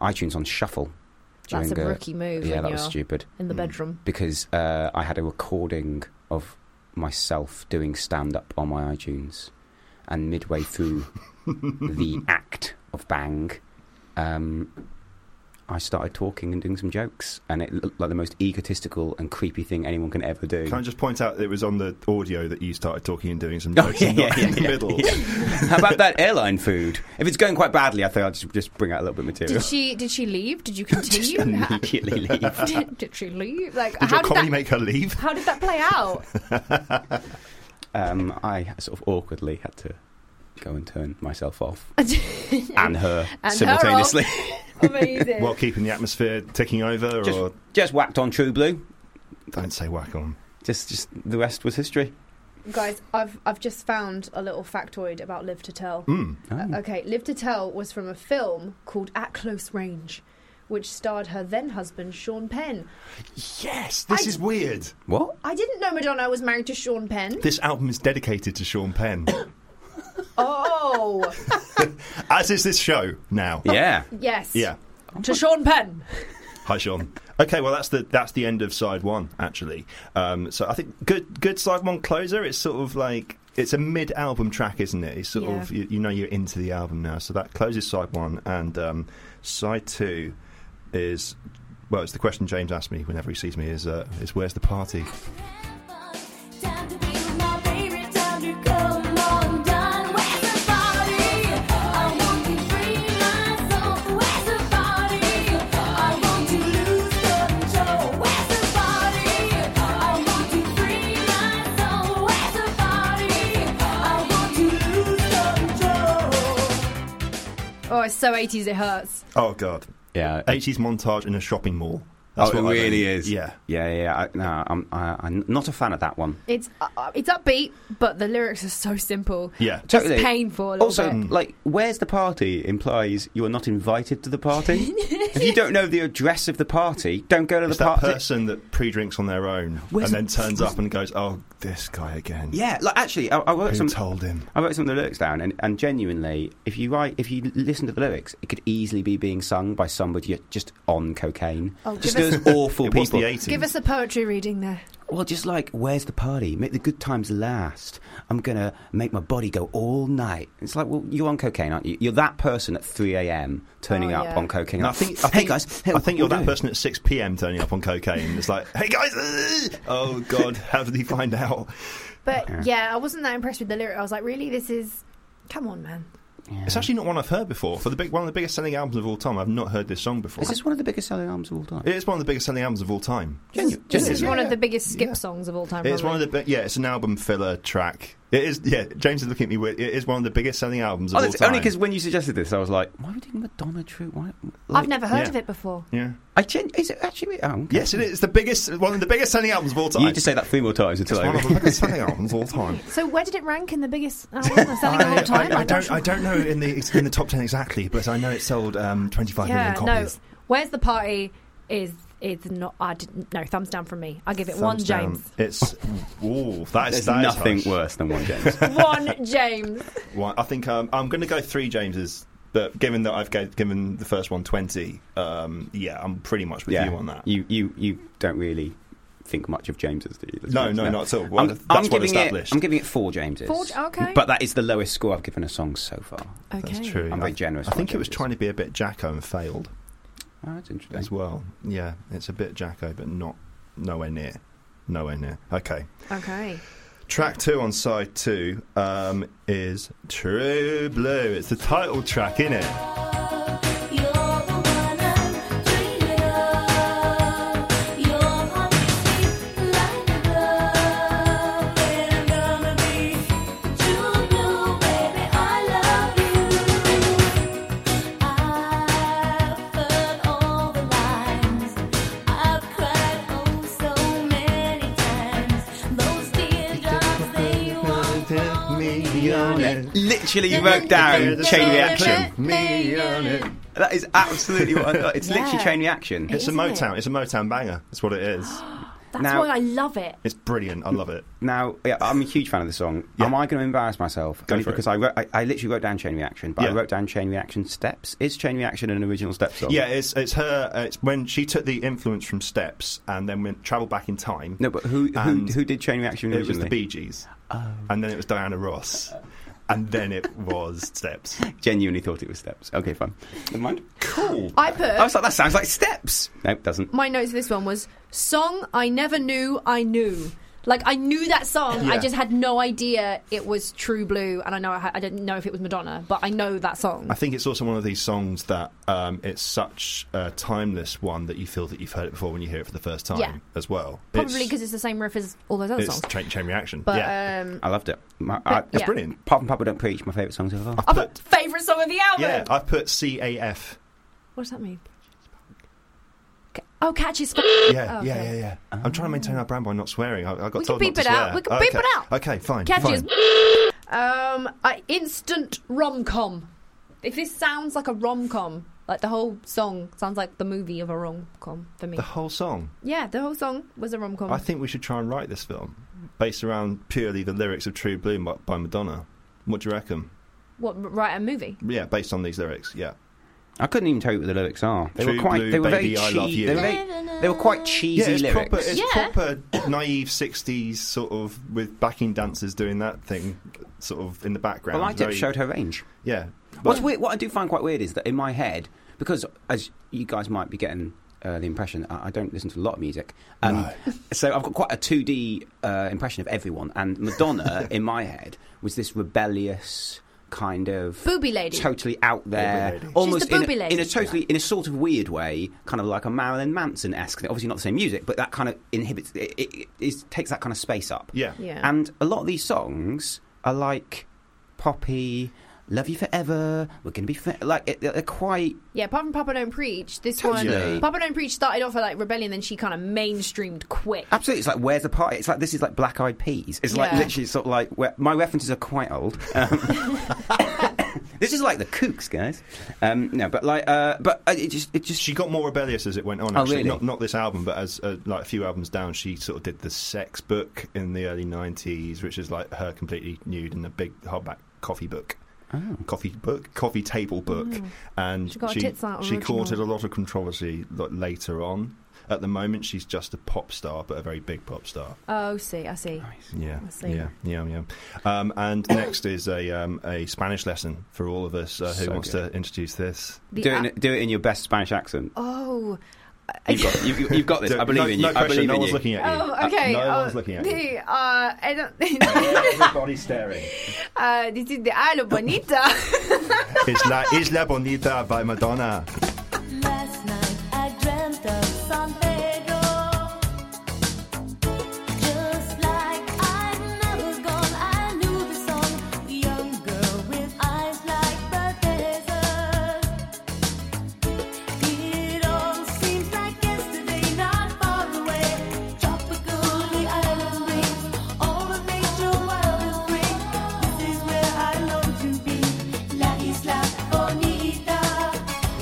S1: iTunes on shuffle.
S3: That's a
S1: during
S3: rookie move
S1: Yeah,
S3: when
S1: that
S3: you're
S1: was stupid
S3: in the
S2: Mm.
S3: bedroom.
S1: because uh, I had a recording of myself doing stand up on my iTunes, and midway through the act of bang, um, I started talking and doing some jokes, and it looked like the most egotistical and creepy thing anyone can ever do.
S2: Can I just point out that it was on the audio that you started talking and doing some
S1: Oh,
S2: jokes
S1: yeah,
S2: and not
S1: yeah,
S2: in the
S1: yeah,
S2: middle?
S1: yeah. How about that airline food? If it's going quite badly, I think I'll just, just bring out a little bit of material.
S3: Did she? Did she leave? Did you continue?
S1: immediately leave.
S3: did, did she leave? Like,
S2: Did
S3: how
S2: your
S3: did
S2: comedy
S3: that?
S2: make her leave?
S3: How did that play out?
S1: Um, I sort of awkwardly had to go and turn myself off and her
S3: And her off.
S1: simultaneously.
S3: Amazing.
S2: While keeping the atmosphere ticking over,
S1: Just-
S2: or
S1: just whacked on True Blue.
S2: don't say whack on.
S1: Just, just the rest was history.
S3: Guys, I've I've just found a little factoid about Live to Tell.
S2: Mm.
S1: Oh.
S3: Uh, Okay, Live to Tell was from a film called At Close Range, which starred her then husband Sean Penn.
S2: Yes, this
S3: I-
S2: is weird.
S1: What?
S3: I didn't know Madonna was married to Sean Penn.
S2: This album is dedicated to Sean Penn,
S3: Oh,
S2: as is this show now.
S1: Yeah.
S3: yes.
S2: Yeah.
S3: To Sean Penn.
S2: Hi, Sean. Okay, well that's the that's the end of side one actually. Um, so I think good good side one closer. It's sort of like it's a mid album track, isn't it? It's sort
S3: Yeah.
S2: of you, you know you're into the album now. So that closes side one, and um, side two is well, it's the question James asks me whenever he sees me is uh, is where's the party?
S4: Time to be with my baby, time to come on down. Where's the party? I want to free my soul. Where's the party? I want to lose control. Where's the party? I want to free my soul. Where's the party? I want to lose control.
S3: Oh, it's so 80s it hurts.
S2: Oh God,
S1: Yeah.
S2: eighties montage in a shopping mall.
S1: Oh, it
S2: what I mean.
S1: really is.
S2: Yeah.
S1: Yeah, yeah. I, no, I'm, I, I'm not a fan of that one.
S3: It's uh, uh, it's upbeat, but the lyrics are so simple.
S2: Yeah.
S1: Totally.
S3: It's painful. A little
S1: Also,
S3: bit.
S1: like, where's the party implies you are not invited to the party. if you don't know the address of the party, don't go to
S2: It's
S1: the
S2: that
S1: party.
S2: person that pre-drinks on their own
S1: Where's
S2: and then
S1: the-
S2: turns up and goes, "Oh, this guy again."
S1: Yeah, like actually, I, I wrote
S2: Who
S1: some.
S2: told him?
S1: I wrote some of the lyrics down, and, and genuinely, if you write, if you listen to the lyrics, it could easily be being sung by somebody just on cocaine.
S3: Oh,
S1: just
S3: give
S1: those awful
S2: It was the
S1: people.
S2: 80s.
S3: Give us a poetry reading there.
S1: Well, just like, where's the party? Make the good times last. I'm going to make my body go all night. It's like, well, you're on cocaine, aren't you? You're that person at 3 a.m. turning
S3: Oh,
S1: up
S3: yeah.
S1: on cocaine.
S2: And I
S1: like,
S2: think, I
S1: hey,
S2: think,
S1: guys. hey,
S2: I think
S1: what
S2: you're
S1: we
S2: that
S1: doing?
S2: person at 6 p.m. turning up on cocaine. It's like, hey guys, uh, oh god, how did he find out?
S3: But
S1: Yeah.
S3: yeah. I wasn't that impressed with the lyric. I was like, really, this is. Come on, man.
S1: Yeah.
S2: It's actually not one I've heard before. For the big, one of the biggest selling albums of all time, I've not heard this song before.
S1: Is this one of the biggest selling albums of all time?
S2: It is one of the biggest selling albums of all time.
S3: This,
S1: Genu-
S3: this
S1: genuine.
S3: is one
S2: Yeah.
S3: of the biggest skip
S2: Yeah.
S3: songs of all time.
S2: It is one of
S3: probably.
S2: the bi- yeah. It's an album filler track. It is yeah. James is looking at me weird. It is one of the biggest selling albums of
S1: Oh,
S2: all
S1: that's
S2: time.
S1: only because when you suggested this, I was like, why are we doing Madonna True? Why? like-
S3: I've never heard
S2: Yeah.
S3: of it before.
S2: yeah.
S1: I gen- is it actually? Oh, okay.
S2: Yes, it is the biggest one of the biggest selling albums of all time.
S1: You need to say that three more times
S2: it's
S1: until
S2: one
S1: I.
S2: of the biggest selling albums of all time.
S3: So where did it rank in the biggest oh, album of selling of all time?
S2: I,
S3: I'm not
S2: don't.
S3: sure.
S2: I don't know in the in the top ten exactly, but I know it sold um, 25 million
S3: yeah, no.
S2: copies.
S3: Where's the party? Is is not. I didn't. No, thumbs down from me. I'll give it
S2: Thumbs
S3: one
S2: down.
S3: James.
S2: um, It's ooh, that
S1: There's
S2: is that is
S1: nothing
S2: harsh.
S1: worse than one James.
S3: one James.
S2: One, I think um, I'm going to go three Jameses, but given that I've gave, given the first one 20, um, yeah, I'm pretty much with you on that.
S1: You, you, you don't really think much of James's, do you? That's
S2: no,
S1: what-
S2: no, not at all. Well,
S1: I'm,
S2: that's
S1: I'm
S2: well
S1: giving it.
S2: established.
S1: I'm giving it four Jameses.
S3: Four- okay.
S1: But that is the lowest score I've given a song so far.
S3: Okay.
S2: That's true.
S1: I'm
S2: I,
S1: very generous.
S2: I think
S1: with
S2: it was
S1: Jameses.
S2: trying to be a bit Jacko and failed
S1: Oh, that's interesting.
S2: as well. Yeah, it's a bit Jacko, but not nowhere near. Nowhere near. Okay.
S3: Okay.
S2: Track two on side two um, is True Blue. It's the title track, in it?
S4: You're the one I'm dreaming of. Your heart beats like a glove, and I'm gonna be true blue, baby. I love you. I've heard all the lines. I've cried oh so many times. Those teardrops they won't fall
S1: Literally you wrote down chain reaction. That is absolutely what I thought. It's literally
S3: Yeah.
S1: chain reaction.
S2: It's a
S3: Isn't it?
S2: Motown. It's a Motown banger. That's what it is.
S3: That's
S1: Now-
S3: why I love it.
S2: It's brilliant. I love it.
S1: Now, yeah, I'm a huge fan of the song.
S2: Yeah.
S1: Am I going to embarrass myself?
S2: Go
S1: Only
S2: for it.
S1: because I, wrote, I, I literally wrote down chain reaction, but I
S2: Yeah.
S1: wrote down chain reaction steps. Is chain reaction an original step song?
S2: Yeah, it's it's her. uh, It's when she took the influence from Steps and then went travel back in time.
S1: No, but who who,
S2: And
S1: who did chain reaction
S2: it
S1: originally? Um,
S2: was the Bee Gees, and then it was Diana Ross, and then it was Steps.
S1: Genuinely thought it was steps. Okay, fine. Never mind.
S2: Cool.
S3: I put
S1: I was like, that sounds like steps. No, it doesn't.
S3: my notes. for This one was song I never knew I knew. Like I knew that song,
S2: Yeah.
S3: I just had no idea it was True Blue, and I know I, ha- I didn't know if it was Madonna, but I know that song.
S2: I think it's also one of these songs that um, it's such a timeless one that you feel that you've heard it before when you hear it for the first time
S3: Yeah.
S2: as well.
S3: Probably
S2: It's-
S3: because it's the same riff as all those other
S2: it's
S3: songs.
S2: chain, chain reaction.
S3: But
S2: yeah,
S3: um,
S1: I loved it. My, I,
S3: But-
S2: it's
S3: yeah.
S2: brilliant.
S1: Pop and Papa Don't Preach, my favourite song so far.
S3: I
S2: But-
S3: put favorite song of the album.
S2: Yeah, I put CAF.
S3: What does that mean? Ca- Oh, catchy spot.
S2: Yeah,
S3: Oh,
S2: yeah,
S3: okay.
S2: yeah, yeah. I'm trying to maintain our brand by not swearing. I, I got told
S3: We can
S2: not
S3: beep
S2: to
S3: it
S2: swear.
S3: out. We can
S2: Oh,
S3: beep
S2: okay.
S3: it out.
S2: Okay, fine.
S3: Catchy
S2: fine.
S3: as um, I, instant rom com. If this sounds like a rom com, like the whole song sounds like the movie of a rom com for me.
S2: The whole song.
S3: yeah, the whole song was a rom com.
S2: I think we should try and write this film based around purely the lyrics of True Blue by, by Madonna. What do you reckon?
S3: what right a movie?
S2: Yeah, based on these lyrics. Yeah.
S1: I couldn't even tell you what the lyrics are. They
S2: True
S1: were quite.
S2: Blue,
S1: they were
S2: Baby, I
S1: very
S2: Love
S1: cheesy.
S2: You.
S1: They, were very- they were quite cheesy
S2: yeah, it's
S1: lyrics.
S2: proper. It's
S3: Yeah.
S2: proper naive '60s sort of with backing dancers doing that thing, sort of in the
S1: I
S2: background.
S1: liked it.
S2: Very-
S1: it. Showed her range.
S2: Yeah.
S1: What's weird, what I do find quite weird is that in my head, because as you guys might be getting uh, the impression, I, I don't listen to a lot of music. Um, So I've got quite a 2D uh, impression of everyone. And Madonna, in my head, was this rebellious kind of.
S3: Booby lady.
S1: Totally out there,
S2: Booby lady.
S1: almost
S3: She's the
S1: in, a,
S3: booby lady.
S1: in a totally in a sort of weird way, kind of like a Marilyn Manson esque. Obviously not the same music, but that kind of inhibits it, it, it, it takes that kind of space up.
S2: Yeah.
S3: yeah.
S1: And a lot of these songs are like poppy, love you forever, we're gonna be fa-. like it- they're quite
S3: yeah, apart from Papa Don't Preach, this
S1: Totally.
S3: one Papa Don't Preach started off at like rebellion, then she kind of mainstreamed quick.
S1: absolutely. It's like where's the party? It's like this is like Black Eyed Peas. It's like
S3: Yeah.
S1: literally sort of like where, my references are quite old. Um, this is like the Kooks, guys. Um, no, but like, uh, but uh, it just it just
S2: She got more rebellious as it went on.
S1: Oh,
S2: Actually,
S1: really?
S2: not not this album, but as uh, like a few albums down, she sort of did the sex book in the early '90s, which is like her completely nude in a big hardback coffee book,
S1: oh.
S2: coffee book, coffee table book, and
S3: Mm. She got her
S2: she,
S3: tits out
S2: she
S3: original.
S2: courted a lot of controversy like, later on. At the moment, she's just a pop star, but a very big pop star.
S3: Oh, see, I see.
S2: Yeah,
S3: I see.
S2: yeah, yeah, yeah. Um, and next is a um, a Spanish lesson for all of us uh, who
S1: So
S2: wants
S1: good.
S2: to introduce this.
S3: The
S1: do it
S3: a-
S1: in, do it in your best Spanish accent.
S3: oh,
S1: You've got you've, you've got this. I believe
S2: no,
S1: in you.
S2: No
S1: I
S2: pressure,
S1: believe
S2: no
S1: in
S2: one's
S1: you.
S2: looking at you.
S3: Oh, okay.
S2: No
S3: uh,
S2: one's looking at you.
S3: the, uh, I don't.
S2: Everybody's staring.
S3: uh, this is the Isle of Bonita.
S2: It's La Isla Bonita by Madonna.
S4: Last night I dreamt of San Pedro, just like I never gone. I knew the song, the young girl with eyes like the desert. It all seems like yesterday, not far away. Tropical island breeze, all of nature's wildest dream. This is where I long to be, La Isla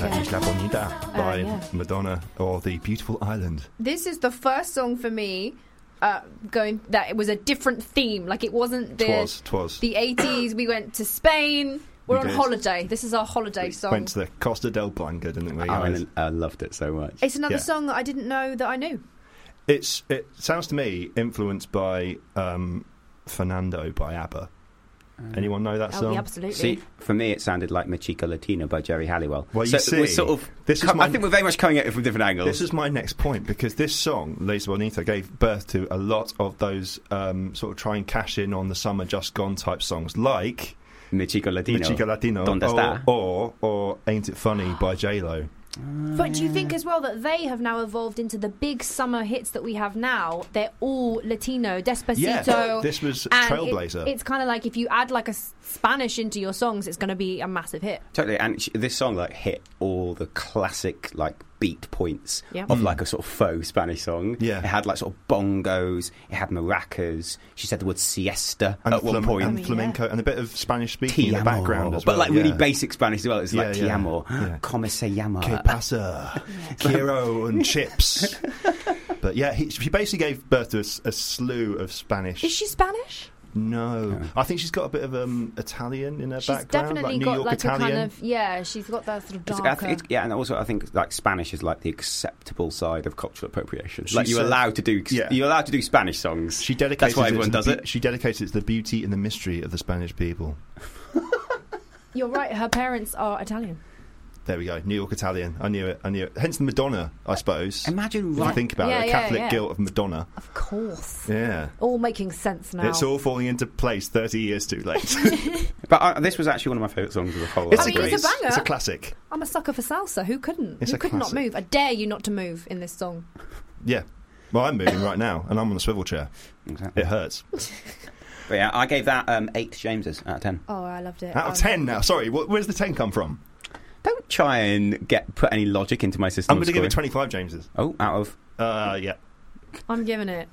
S4: Bonita.
S2: La Isla with
S3: Ah, Yeah.
S2: Madonna or The Beautiful Island.
S3: This is the first song for me uh, going that it was a different theme. Like it wasn't the
S2: Twas, twas.
S3: the 80s. We went to Spain. We're
S2: We
S3: on
S2: did.
S3: holiday. This is our holiday song.
S2: Went to the Costa del Blanca, didn't we?
S1: Oh,
S2: guys?
S1: and I loved it so much.
S3: it's another
S2: yeah.
S3: song that I didn't know that I knew.
S2: It's it sounds to me influenced by um, Fernando by ABBA. Anyone know that
S3: Oh,
S2: song?
S3: yeah, absolutely.
S1: See, for me, it sounded like My Chica Latina by Jerry Halliwell.
S2: Well, you
S1: so
S2: see,
S1: we're sort of.
S2: this is
S1: com-
S2: my-
S1: I think we're very much coming at it from different angles.
S2: This is my next point because this song, Laser Bonita, gave birth to a lot of those um, sort of try and cash in on the summer just gone type songs like
S1: My Chica Latina.
S2: Mi Chica Latino
S1: Donde
S2: or,
S1: está?
S2: or or Ain't It Funny by J Lo.
S3: Uh, But do you think as well that they have now evolved into the big summer hits that we have now? They're all Latino, Despacito.
S2: this was
S3: and it-
S2: Trailblazer.
S3: it's kind of like if you add like a s- Spanish into your songs, it's going to be a massive hit.
S1: Totally, and sh- this song like hit all the classic like beat points
S3: Yeah.
S1: of like a sort of faux Spanish song.
S2: Mm. Yeah.
S1: it had like sort of bongos, it had maracas. She said the word siesta
S2: and
S1: at one
S2: flam-
S1: point.
S2: and
S3: Oh, yeah.
S2: flamenco and a bit of Spanish
S1: Ti
S2: speaking in the
S1: amo.
S2: background as well.
S1: but like really
S2: yeah.
S1: basic Spanish as well. It's like
S2: Yeah,
S1: ti
S2: yeah.
S1: amo,
S2: Yeah.
S1: como se llama.
S2: Que pasa? Quiero and chips. But yeah, he, she basically gave birth to a, s- a slew of Spanish.
S3: Is she Spanish?
S2: No,
S1: Yeah.
S2: I think she's got a bit of um, Italian in her
S3: She's
S2: background,
S3: definitely
S2: like New
S3: got
S2: York
S3: like
S2: Italian.
S3: a kind of yeah. She's got that sort of
S1: It's-
S3: darker.
S1: I think it's- yeah, and also I think like Spanish is like the acceptable side of cultural appropriation.
S2: She
S1: like you're
S2: said-
S1: allowed to do,
S2: Yeah.
S1: you're allowed to do Spanish songs.
S2: she dedicates
S1: That's why
S2: it
S1: everyone
S2: to the
S1: does
S2: be-
S1: it.
S2: She dedicates it to the beauty and the mystery of the Spanish people.
S3: You're right. Her parents are Italian.
S2: There we go, New York Italian. I knew it. I knew it. Hence the Madonna, I suppose.
S1: Imagine
S2: if you
S1: right
S2: think about
S3: Yeah,
S2: it, the
S3: yeah,
S2: Catholic
S3: yeah.
S2: guilt of Madonna.
S3: Of course.
S2: Yeah,
S3: All making sense now.
S2: it's all falling into place thirty years too late.
S1: But uh, this was actually one of my favourite songs of the whole.
S2: It's
S3: I
S1: album.
S2: a
S3: mean,
S2: great,
S3: it's a banger.
S2: it's a classic.
S3: I'm a sucker for salsa. Who couldn't?
S2: It's
S3: Who
S2: a
S3: could not
S2: classic.
S3: move? I dare you not to move in this song.
S2: Yeah. Well, I'm moving right now, and I'm on a swivel chair.
S1: Exactly.
S2: It hurts.
S1: But yeah, I gave that um, eight Jameses out of ten.
S3: Oh, I loved it.
S2: Out of
S3: Um,
S2: ten now. Sorry, wh- where's the ten come from?
S1: Don't try and get put any logic into my system.
S2: I'm going to
S1: of
S2: give it
S1: scoring.
S2: 25 Jameses.
S1: Oh, out of
S2: Uh, yeah.
S3: I'm giving it.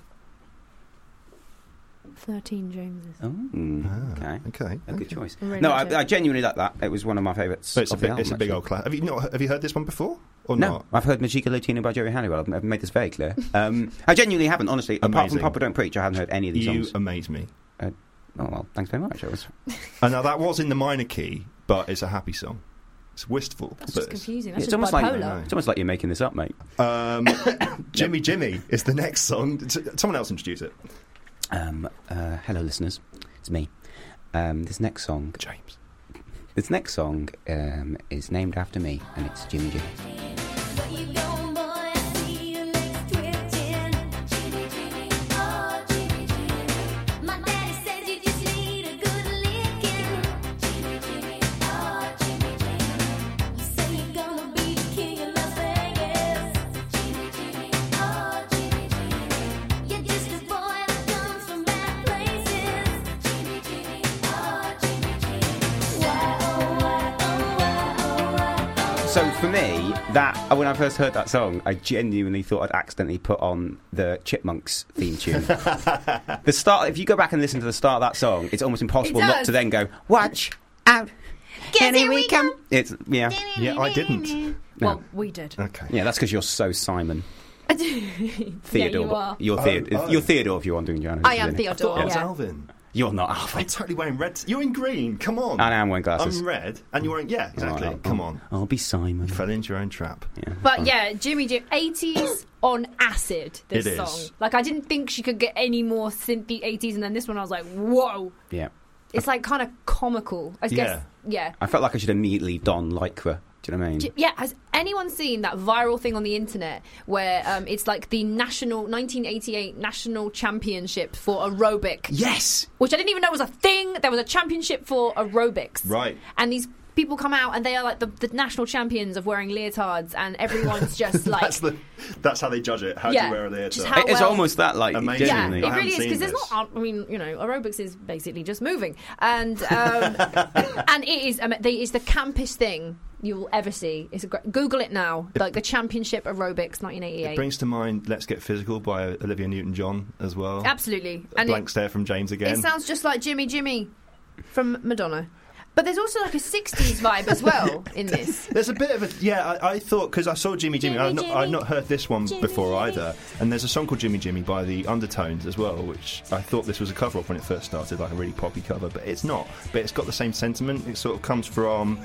S3: 13 Jameses.
S1: oh,
S2: Ah,
S1: okay,
S2: Okay.
S1: a good choice.
S3: Really
S1: No,
S3: good
S1: I, I
S3: joke.
S1: genuinely like that. It was one of my favourites.
S2: So it's a
S1: of the
S2: big,
S1: album,
S2: it's a big
S1: actually.
S2: old class. Have you not, Have you heard this one before or
S1: No,
S2: not?
S1: I've heard Magica Latino by Jerry Halliwell. I've- I've made this very clear. Um, I genuinely haven't, honestly. Apart
S2: Amazing.
S1: from Papa Don't Preach, I haven't heard any of these
S2: You
S1: songs.
S2: amaze me.
S1: Oh well, thanks very much. That was
S2: And now that was in the minor key, but it's a happy song. It's wistful.
S3: That's
S2: but
S3: just confusing. That's
S1: it's
S3: just
S1: almost like-
S3: bipolar.
S2: No.
S1: it's almost like you're making this up, mate.
S2: um, Jimmy Jimmy is the next song. T- Someone else introduce it.
S1: Um, uh, hello, listeners. It's me. Um, this next song,
S2: James.
S1: this next song um, is named after me, and it's Jimmy Jimmy.
S4: Where you going, boy? I see your legs twitching. Jimmy, Jimmy, oh Jimmy, Jimmy. My daddy says you just need a good licking. Jimmy, Jimmy, oh Jimmy, Jimmy. You say you're gonna be the king of Las Vegas. Jimmy, Jimmy, oh Jimmy, Jimmy. You're just a boy that comes from bad places. Jimmy, Jimmy, oh Jimmy, Jimmy. Why oh why oh why oh why oh.
S1: So for me, that when I first heard that song, I genuinely thought I'd accidentally put on the Chipmunks theme tune. the start. If you go back and listen to the start of that song, it's almost impossible
S3: It
S1: not
S3: does.
S1: to then go watch out.
S4: Guess here we come.
S1: It's yeah,
S2: Yeah, I didn't.
S1: No.
S3: Well, we did.
S2: Okay.
S1: yeah. That's because you're so Simon Theodore.
S3: Yeah, you are.
S1: You're,
S2: Oh,
S1: Theod-
S2: oh.
S1: you're Theodore if you're wondering, Joanna.
S3: I am
S1: isn't it?
S2: I thought I
S3: Theodore.
S2: was
S3: Yeah.
S2: Oh, Alvin.
S1: You're not
S2: I'm
S1: Alfred.
S2: totally wearing red. You're in green. Come on.
S1: And I am wearing glasses.
S2: I'm red, and you're in. Yeah, exactly.
S1: I'll-
S2: Come
S1: I'll-
S2: on.
S1: I'll be Simon.
S2: You fell into your own trap.
S1: Yeah.
S2: Oh.
S3: But yeah, Jimmy Jim, 80s on acid, this
S2: It is.
S3: song. Like, I didn't think she could get any more synthy 80s, and then this one I was like, whoa.
S1: yeah.
S3: It's like kind of comical. I guess, yeah.
S1: I felt like I should immediately don lycra. Do you know what I mean?
S3: J- Yeah, has anyone seen that viral thing on the internet where um, it's like the national 1988 national championship for aerobic,
S1: yes.
S3: which I didn't even know was a thing. There was a championship for aerobics,
S2: Right.
S3: And these people come out and they are like the, the national champions of wearing leotards, and everyone's just like,
S2: That's the. That's how they judge it. How do
S3: Yeah.
S2: you wear a leotard?
S3: Just how
S1: it is
S3: well-
S1: almost that like
S2: Amazing.
S3: yeah,
S1: genuinely.
S3: it
S2: I haven't
S3: really is
S2: seen
S3: because there's
S2: this.
S3: not. I mean, you know, aerobics is basically just moving, and um, and it is. I mean, they, it's the campest thing you'll ever see. It's a great, Google it now, like the Championship Aerobics
S2: It
S3: 1988.
S2: brings to mind "Let's Get Physical" by Olivia Newton-John as well.
S3: Absolutely,
S2: A
S3: and
S2: blank
S3: it,
S2: stare from James again.
S3: it sounds just like Jimmy Jimmy from Madonna. But there's also like a 60s vibe as well in this.
S2: There's a bit of a yeah. I, I thought because I saw Jimmy Jimmy.
S4: Jimmy,
S2: I've not,
S4: Jimmy.
S2: I've not heard this one
S4: Jimmy,
S2: before
S4: Jimmy.
S2: either. And there's a song called Jimmy Jimmy by the Undertones as well, which I thought this was a cover of when it first started, like a really poppy cover, but it's not. But it's got the same sentiment. It sort of comes from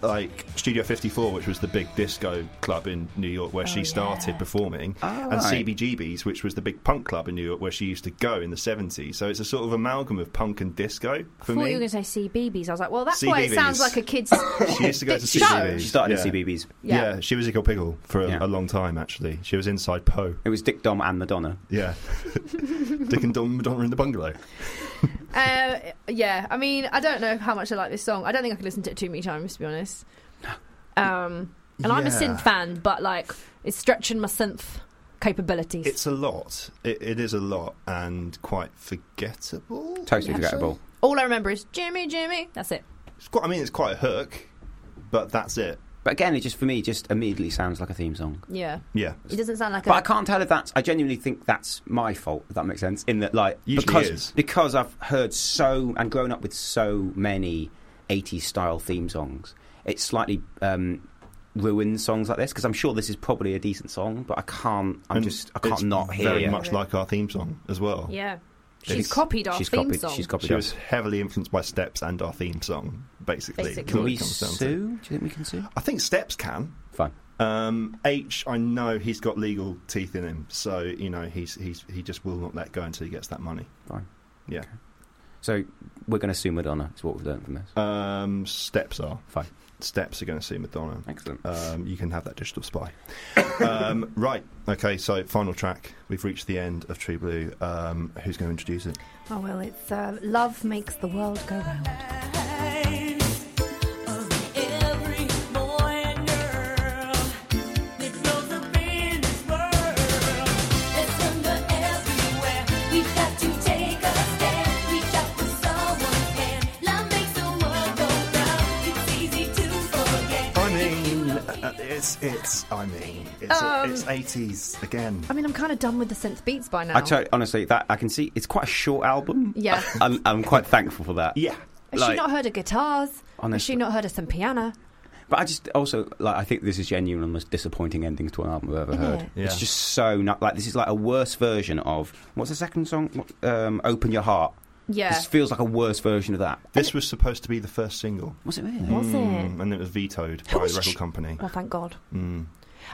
S2: like Studio 54, which was the big disco club in New York where she started performing,
S1: Ah,
S2: and
S1: right.
S2: CBGB's, which was the big punk club in New York where she used to go in the 70s. So it's a sort of amalgam of punk and disco for me.
S3: I thought you were going to say CBBS. I was like, well, that's why it
S2: CBBS.
S3: sounds like a kid's
S2: She used to go to
S3: show.
S2: CBBS.
S1: She started
S2: Yeah.
S1: at CBBS.
S2: yeah.
S3: Yeah.
S2: she was a Ickle Piggle for a,
S1: Yeah.
S2: a long time, actually. She was inside Poe.
S1: It was Dick Dom and Madonna.
S2: Yeah. Dick and Dom Madonna in the bungalow.
S3: Uh, yeah, I mean, I don't know how much I like this song. I don't think I could listen to it too many times, to be honest. Um, and I'm a
S2: Yeah.
S3: synth fan, but like, it's stretching my synth capabilities.
S2: It's a lot. It, it is a lot and quite forgettable.
S1: Totally
S2: actually.
S1: forgettable.
S3: All I remember is Jimmy, Jimmy. That's it.
S2: It's quite, I mean, it's quite a hook, but that's it.
S1: But again, it just for me just immediately sounds like a theme song.
S3: Yeah,
S2: Yeah.
S3: it doesn't sound like
S1: But I
S3: a.
S1: can't tell if that's. I genuinely think that's my fault. If that makes sense. In that, like,
S2: Usually
S1: because
S2: is.
S1: because I've heard so and grown up with so many '80s style theme songs, it slightly um, ruins songs like this. Because I'm sure this is probably a decent song, but I can't. I'm
S2: And
S1: just. I can't
S2: it's
S1: not hear.
S2: Very
S1: it.
S2: much like our theme song as well.
S3: Yeah,
S1: It's-
S3: she's copied our
S1: she's
S3: theme
S1: copied,
S3: song.
S1: She's copied.
S2: She
S1: us.
S2: was heavily influenced by Steps and our theme song, basically.
S3: Basically.
S2: is
S1: Can
S2: what it
S1: we
S2: comes down to.
S1: sue? Do you think we can sue?
S2: I think Steps can.
S1: Fine.
S2: Um, H, I know he's got legal teeth in him, so you know he's he's he just will not let go until he gets that money.
S1: Fine.
S2: Yeah.
S1: Okay. So we're going to sue Madonna. Is what we've learned from this.
S2: Um, steps are
S1: Fine.
S2: Steps are going to see Madonna.
S1: Excellent.
S2: Um, you can have that digital spy. um, right. Okay. So final track. We've reached the end of True Blue. Um, who's going to introduce it?
S3: Oh well, it's uh, love makes the world go round.
S4: Every boy and girl that knows the business world. There's hunger everywhere. We've got to take a stand. Reach out for someone's hand. Love makes the world go round. It's easy to forget.
S2: I mean, uh, it's it's. I mean, it's uh,
S3: Um,
S2: it's eighties again.
S3: I mean, I'm kind of done with the synth beats by now.
S1: I totally, honestly, that I can see it's quite a short album.
S3: Yeah.
S1: I'm, I'm quite thankful for that.
S2: Yeah.
S3: Has
S1: like-
S3: she not heard of guitars? Has
S1: Honestly.
S3: she not heard of some piano?
S1: But I just also like I think this is genuinely the most disappointing ending to an album I've ever
S3: Isn't
S1: heard.
S3: it?
S2: Yeah.
S1: It's just so not like this is like a worse version of what's the second song? What- Um, Open Your Heart.
S3: Yeah.
S1: This feels like a worse version of that.
S2: This was supposed to be the first single,
S1: Was it really?
S3: Was
S2: Mm, and it was vetoed by
S3: was
S2: the record
S3: ch-
S2: company.
S3: Well, thank God.
S2: Mm.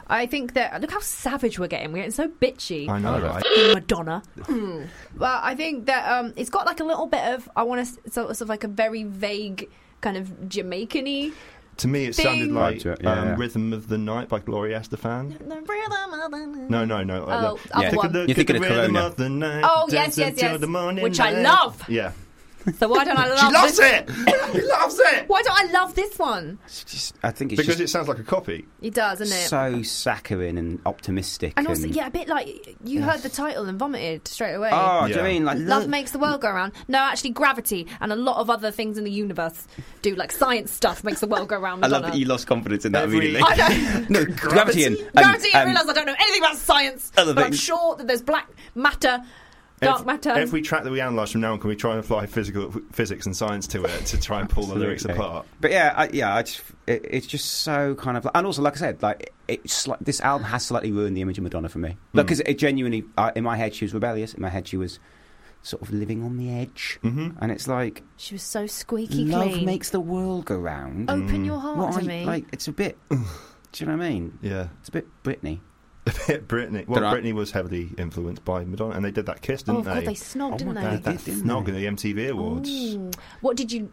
S3: I think that look how savage we're getting. We're getting so bitchy.
S2: I know,
S1: Okay.
S2: right?
S3: Madonna. Hmm. well, I think that um, it's got like a little bit of I want to sort of like a very vague kind of Jamaican-y
S2: To me, it
S3: Bing.
S2: sounded like
S1: Right, yeah,
S2: um,
S1: yeah.
S2: "Rhythm of the Night" by Gloria Estefan. No, no, no. like
S3: Oh,
S2: the-
S3: up
S1: Yeah.
S2: Take a
S3: one.
S2: look
S1: You're
S2: at
S1: thinking
S2: the
S1: of
S2: rhythm
S1: Corona.
S2: of the night,
S3: Oh,
S2: dance
S3: yes, yes,
S2: until
S3: yes.
S2: the morning
S3: Which I
S2: light.
S3: love.
S2: Yeah.
S3: So why don't I love? this?
S2: it! she loves it!
S3: Why don't I love this one?
S1: It's just, I think it's
S2: Because
S1: just
S2: it sounds like a copy.
S3: It does, isn't it?
S1: so saccharine and optimistic.
S3: and also, yeah, a bit like you heard the title and vomited straight away.
S1: Oh, do
S2: Yeah.
S1: you mean like
S3: Love makes the world go round. No, actually, gravity and a lot of other things in the universe do, like science stuff, makes the world go round.
S1: I love
S3: Madonna.
S1: that you lost confidence in that
S2: Every-
S1: immediately.
S3: I know.
S1: no, gravity and, and,
S3: Gravity, I
S1: um,
S3: realise I don't know anything about science,
S1: other
S3: but I'm
S1: things.
S3: sure that there's black matter, dark
S2: Ev-
S3: matter.
S2: Every track that we analyse from now on, can we try and apply physical physics and science to it to try and pull the lyrics
S1: Absolutely.
S2: apart?
S1: But yeah, I, yeah, I just, it, it's just so kind of, and also like I said, like it's like this album has slightly ruined the image of Madonna for me
S2: Hmm.
S1: because it genuinely, I, in my head, she was rebellious. In my head, she was sort of living on the edge,
S2: hmm
S1: and it's like
S3: she was so squeaky
S1: love
S3: clean.
S1: makes the world go round.
S3: Open
S2: Mm.
S3: your heart
S1: What
S3: to
S1: are you-
S3: me.
S1: like it's a bit. do you know what I mean?
S2: Yeah.
S1: It's a bit Britney.
S2: Britney. Well,
S1: Dunno.
S2: Britney was heavily influenced by Madonna, and they did that kiss,
S3: oh
S2: didn't
S3: god, they
S2: they?
S3: snogged,
S1: Oh
S3: didn't
S1: my
S3: they?
S1: God,
S2: they
S1: that,
S2: did
S1: didn't
S2: snog
S1: they?
S2: in the MTV Awards.
S3: Mm. What did you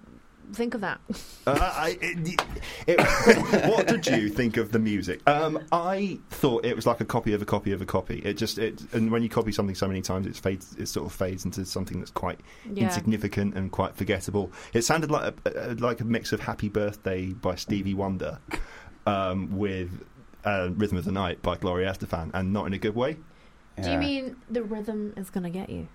S3: think of that?
S2: Uh, I, it, it, what did you think of the music? Um, I thought it was like a copy of a copy of a copy. It just it, and when you copy something so many times, it fades. It sort of fades into something that's quite insignificant and quite forgettable. It sounded like a, a- like a mix of Happy Birthday by Stevie Wonder um, with uh, Rhythm of the Night by Gloria Estefan, and not in a good way.
S3: Do you
S1: Yeah.
S3: mean the rhythm is gonna get you?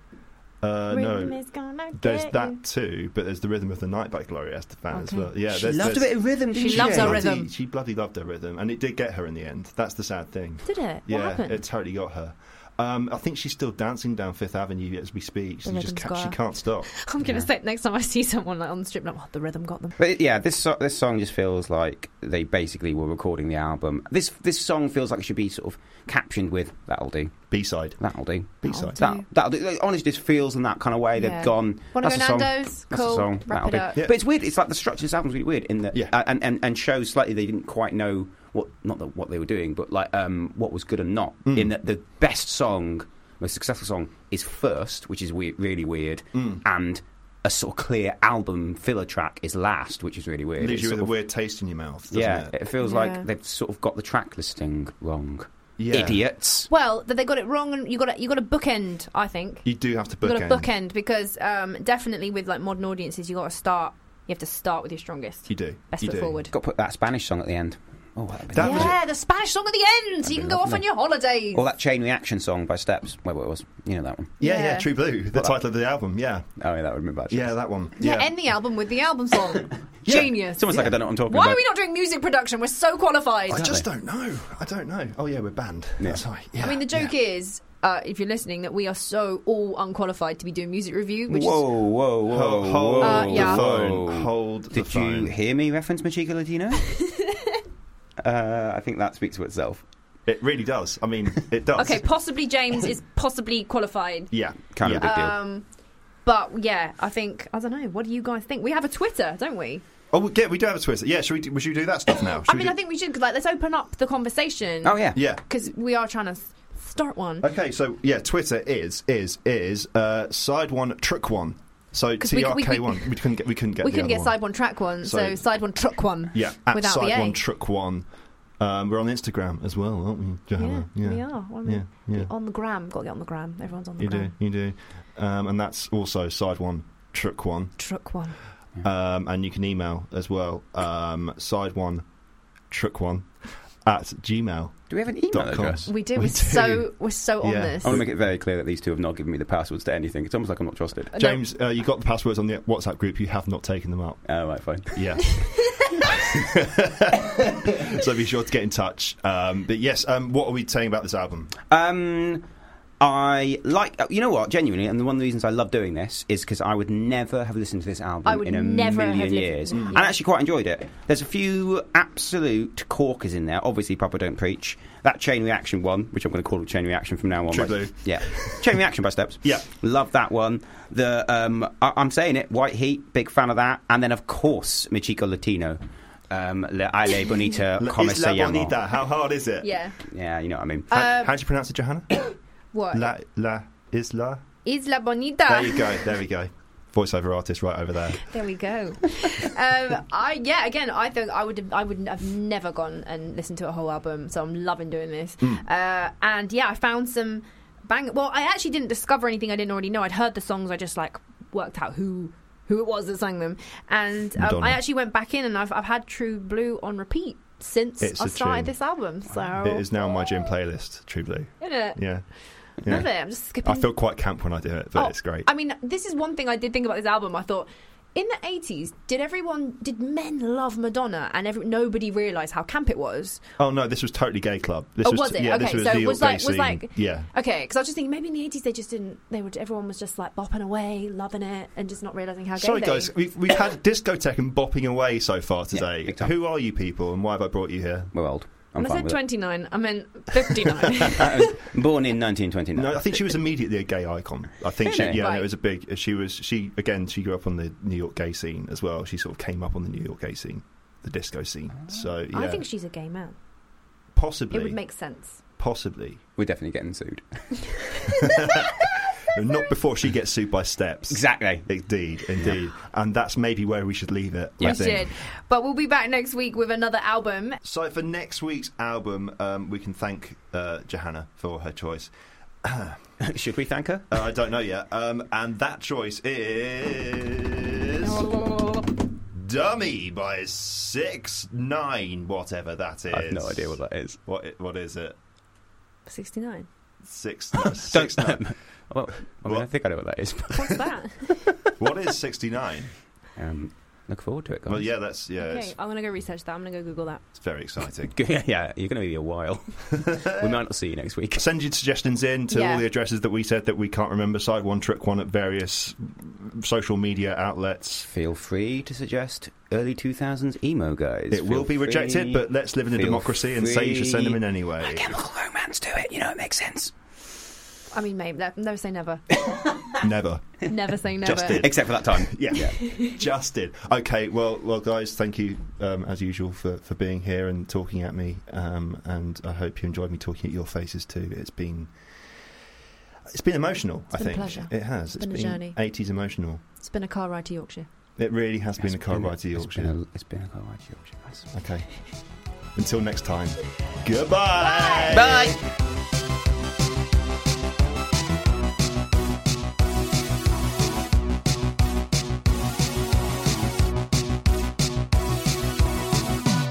S2: Uh,
S3: rhythm
S2: no,
S3: is gonna
S2: there's
S3: get
S2: that
S3: you.
S2: too, but there's the Rhythm of the Night by Gloria Estefan as
S3: Okay.
S2: well. Yeah,
S1: she
S2: there's-
S1: loved a
S2: there's-
S1: bit of rhythm. Didn't
S3: She
S1: she
S3: loves her
S2: bloody-
S3: rhythm.
S2: She bloody loved her rhythm, and it did get her in the end. That's the sad thing.
S3: Did it?
S2: Yeah,
S3: what happened?
S2: it totally got her. Um, I think she's still dancing down Fifth Avenue as we speak. She
S3: The
S2: just
S3: rhythm's
S2: can't, she
S3: got her.
S2: can't stop.
S3: I'm gonna
S1: Yeah.
S3: say next time I see someone like on the strip, like oh, the rhythm got them.
S1: But it- yeah, this so- this song just feels like they basically were recording the album. This this song feels like it should be sort of captioned with "That'll do,
S2: B side,
S1: that'll do,
S2: B side.
S3: That'll
S1: that that'll do." Like, honestly, just feels in that kind of way.
S3: Yeah.
S1: They've gone.
S3: Want
S1: That's
S3: to go
S1: a song.
S3: Nando's?
S1: That's
S3: Cool.
S1: a song.
S3: Wrap
S1: that'll
S3: it
S1: do.
S3: up.
S2: Yeah.
S1: But it's weird. It's like the structure of this album's really weird in that,
S2: Yeah.
S1: uh, and, and and shows slightly they didn't quite know what not that what they were doing, but like um, what was good and not.
S2: Mm.
S1: In that the best song, most successful song, is first, which is weird, really weird,
S3: Oh,
S2: Mm.
S1: and a sort of clear album filler track is last, which is really weird.
S2: Leaves
S1: It's
S2: you with
S1: sort
S2: a
S1: of-
S2: weird taste in your mouth. Doesn't
S1: yeah,
S2: It?
S1: it, feels
S3: Yeah.
S1: like they've sort of got the track listing wrong.
S2: Yeah.
S1: Idiots.
S3: Well, that they got it wrong, and you got to, you got a bookend. I think
S2: You do have to
S3: you
S2: book
S3: got a bookend because um, definitely with like modern audiences, you got to start. You have to start with your strongest,
S2: You do.
S3: best
S2: you
S3: foot
S2: do.
S3: forward.
S1: Got to put that Spanish song at the end. Oh, that'd be
S2: That
S1: lovely.
S2: was-
S3: yeah, the Spanish song at the end, so you
S1: That'd
S3: can
S1: be
S3: go off
S1: lovely.
S3: on your holidays.
S1: Or that Chain Reaction song by Steps, whatever it was. You know that one.
S2: Yeah, yeah,
S3: Yeah.
S2: True Blue, the
S1: Well,
S2: title of the album. Yeah,
S1: Oh, yeah, that would be bad.
S2: yeah, that one.
S3: yeah.
S2: Yeah,
S3: end the album with the album song.
S2: Yeah.
S3: Genius.
S1: It's almost like I don't know what I'm talking
S3: Why
S1: about.
S3: are we not doing music production? We're so qualified.
S2: I
S1: Exactly.
S2: just don't know. I don't know. Oh yeah, we're banned.
S1: Yeah.
S2: That's right. Yeah.
S3: I mean, the joke
S2: yeah.
S3: is, uh, if you're listening, that we are so all unqualified to be doing music review, which
S1: whoa, whoa, whoa,
S2: Hold, hold
S1: whoa.
S3: Uh,
S2: the
S3: yeah.
S2: phone. Hold the
S1: Did you
S2: phone.
S1: hear me reference Machiko Latino? uh, I think that speaks for itself.
S2: It really does. I mean, it
S3: is.
S2: does.
S3: Okay, possibly James is possibly qualified.
S2: Yeah.
S1: Kind
S2: yeah.
S1: of a big deal.
S3: Um, but yeah, I think, I don't know, what do you guys think? We have a Twitter, don't we?
S2: Oh, we- yeah, we do have a twist. Yeah, should we? Do, we should do that stuff now? Should
S3: I
S2: we
S3: mean,
S2: do-
S3: I think we should, 'cause, like, let's open up the conversation.
S1: Oh, yeah.
S2: Yeah.
S3: Because we are trying to s- start one.
S2: Okay, so yeah, Twitter is is is uh, side one truck one. So
S3: 'Cause we-
S2: TRK
S3: we-
S2: one. We couldn't get we couldn't get
S3: We
S2: the
S3: couldn't
S2: other
S3: get
S2: one.
S3: side one track one, so,
S2: So-
S3: side one truck one.
S2: Yeah, at
S3: without the
S2: side
S3: A.
S2: one truck one. Um, we're on Instagram as well, aren't we,
S3: Yeah,
S2: Johanna?
S3: we are. What
S2: Yeah,
S3: am I-
S2: yeah.
S3: On the gram, got to get on the gram. Everyone's on the
S2: You do,
S3: gram.
S2: you do. Um, and that's also side one truck one.
S3: Truck one.
S2: Um, and you can email as well um, side one truck one at gmail.
S1: Do we have an email
S2: Dot com.
S1: address?
S3: We do.
S2: We do.
S3: we're so uh, we're so on
S2: Yeah.
S3: this.
S1: I want to make it very clear that these two have not given me the passwords to anything. It's almost like I'm not trusted.
S3: No,
S2: James, uh, you got the passwords on the WhatsApp group. You have not taken them up.
S1: Oh, right, fine.
S2: Yeah. so be sure to get in touch. Um, but yes, um, what are we saying about this album?
S1: Um, I like. uh, You know what? Genuinely, and one of the reasons I love doing this is because I would never have listened to this album
S3: I would
S1: in a
S3: never have
S1: million
S3: listened-
S1: years,
S3: Mm.
S1: and I actually quite enjoyed it. There's a few absolute corkers in there. Obviously, Papa Don't Preach, that Chain Reaction one, which I'm going to call a Chain Reaction from now on.
S2: True
S1: by-
S2: Blue.
S1: Yeah, Chain Reaction by Steps.
S2: Yeah.
S1: love that one. The um, I- I'm saying it. White Heat, big fan of that, and then of course Michiko Latino. Um, le ale bonita, como
S2: Is
S1: se
S2: La
S1: llama?
S2: Bonita. How hard is it?
S3: yeah.
S1: Yeah, you know what I mean.
S2: How,
S3: Um,
S2: how do you pronounce it, Johanna?
S3: What
S2: La La Isla.
S3: Isla Bonita?
S2: There you go. There we go. Voiceover artist, right over there.
S3: There we go. um, I yeah. Again, I think I would have, I would have never gone and listened to a whole album. So I'm loving doing this.
S2: Hmm.
S3: Uh, and yeah, I found some bang. Well, I actually didn't discover anything I didn't already know. I'd heard the songs. I just like worked out who who it was that sang them. And um,
S2: Madonna.
S3: I actually went back in and I've I've had True Blue on repeat since
S2: It's
S3: I
S2: a
S3: started
S2: tune.
S3: this album. So
S2: It is now on my gym playlist. True Blue.
S3: Isn't it?
S2: Yeah.
S3: Love
S2: yeah.
S3: it. I'm just skipping.
S2: I feel quite camp when I do it, but
S3: Oh,
S2: it's great.
S3: I mean, this is one thing I did think about this album. I thought, in the eighties, did everyone, did men love Madonna, and every, nobody realized how camp it was?
S2: Oh no, this was totally gay club. This
S3: Oh, was it?
S2: Yeah, this
S3: Okay,
S2: was
S3: so
S2: the
S3: it was
S2: all-gay
S3: like- was
S2: scene.
S3: like-
S2: yeah.
S3: Okay, because I was just thinking maybe in the eighties they just didn't. They would. Everyone was just like bopping away, loving it, and just not realizing how gay
S2: Sorry,
S3: they.
S2: guys, we've, we've had discotheque and bopping away so far
S1: Yeah,
S2: today.
S1: big time.
S2: Who are you people and why have I brought you here?
S1: We're old. I'm
S3: When I
S1: fine
S3: said
S1: with it.
S3: twenty nine, I meant fifty nine.
S1: I was born in 1929.
S2: No, I think she was immediately a gay icon. I think she,
S1: Really?
S2: yeah,
S3: Right.
S2: it was a big. She was she again. She grew up on the New York gay scene as well. She sort of came up on the New York gay scene, the disco scene. So yeah,
S3: Ah. I think she's a gay man. It
S2: possibly,
S3: would make sense.
S2: possibly
S1: We're definitely getting sued.
S2: not before she gets sued by Steps.
S1: Exactly.
S2: Indeed, indeed, and that's maybe where we should leave it. I
S1: Yeah.
S3: We
S2: think.
S3: should. But we'll be back next week with another album.
S2: So for next week's album, um, we can thank uh, Johanna for her choice.
S1: Should we thank her?
S2: Uh, I don't know yet. Um, and that choice
S3: Oh,
S2: is Dummy by Six Nine, whatever that is.
S1: I have no idea what that is.
S2: What i- what is it?
S3: Sixty nine.
S2: Six, no, six nine.
S1: Well, I mean, I
S2: What?
S1: think I know what that is.
S3: What's that?
S2: What is sixty nine?
S1: Um, Look forward to it, guys.
S2: Well, yeah, that's yeah,
S3: Okay,
S2: it's,
S3: I'm gonna go research that. I'm gonna go Google that.
S2: it's very exciting.
S1: yeah, yeah, you're going to be a while. we might not see you next week.
S2: Send your suggestions in to
S3: Yeah.
S2: all the addresses that we said that we can't remember. Side one trick one at various social media outlets.
S1: Feel free to suggest early 2000s emo guys.
S2: It will be rejected, but let's live in a
S1: feel
S2: democracy and say you should send them in
S1: free.
S2: anyway.
S1: chemical romance to it. You know, it makes sense.
S3: I mean, mate, ne- never say never.
S2: Never.
S3: never say never.
S2: Just did.
S1: Except for that time.
S2: Yeah. Just did. Okay, well, well, guys, thank you um, as usual for, for being here and talking at me. Um, and I hope you enjoyed me talking at your faces too. It's been it's been emotional. I
S3: been a
S2: think
S3: pleasure.
S2: it has.
S3: been a journey.
S2: eighties emotional.
S3: It's been a car ride to Yorkshire.
S2: It really has been a
S1: It's
S2: car ride to
S1: it's been
S2: Yorkshire.
S1: a- It's been a car ride to Yorkshire, guys.
S2: Okay. Until next time. Goodbye.
S1: Bye.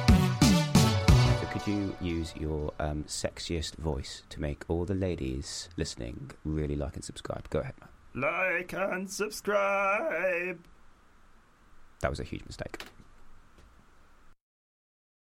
S1: So could you use your um, sexiest voice to make all the ladies listening really like and subscribe? Go ahead, man.
S2: Like and subscribe.
S1: That was a huge mistake.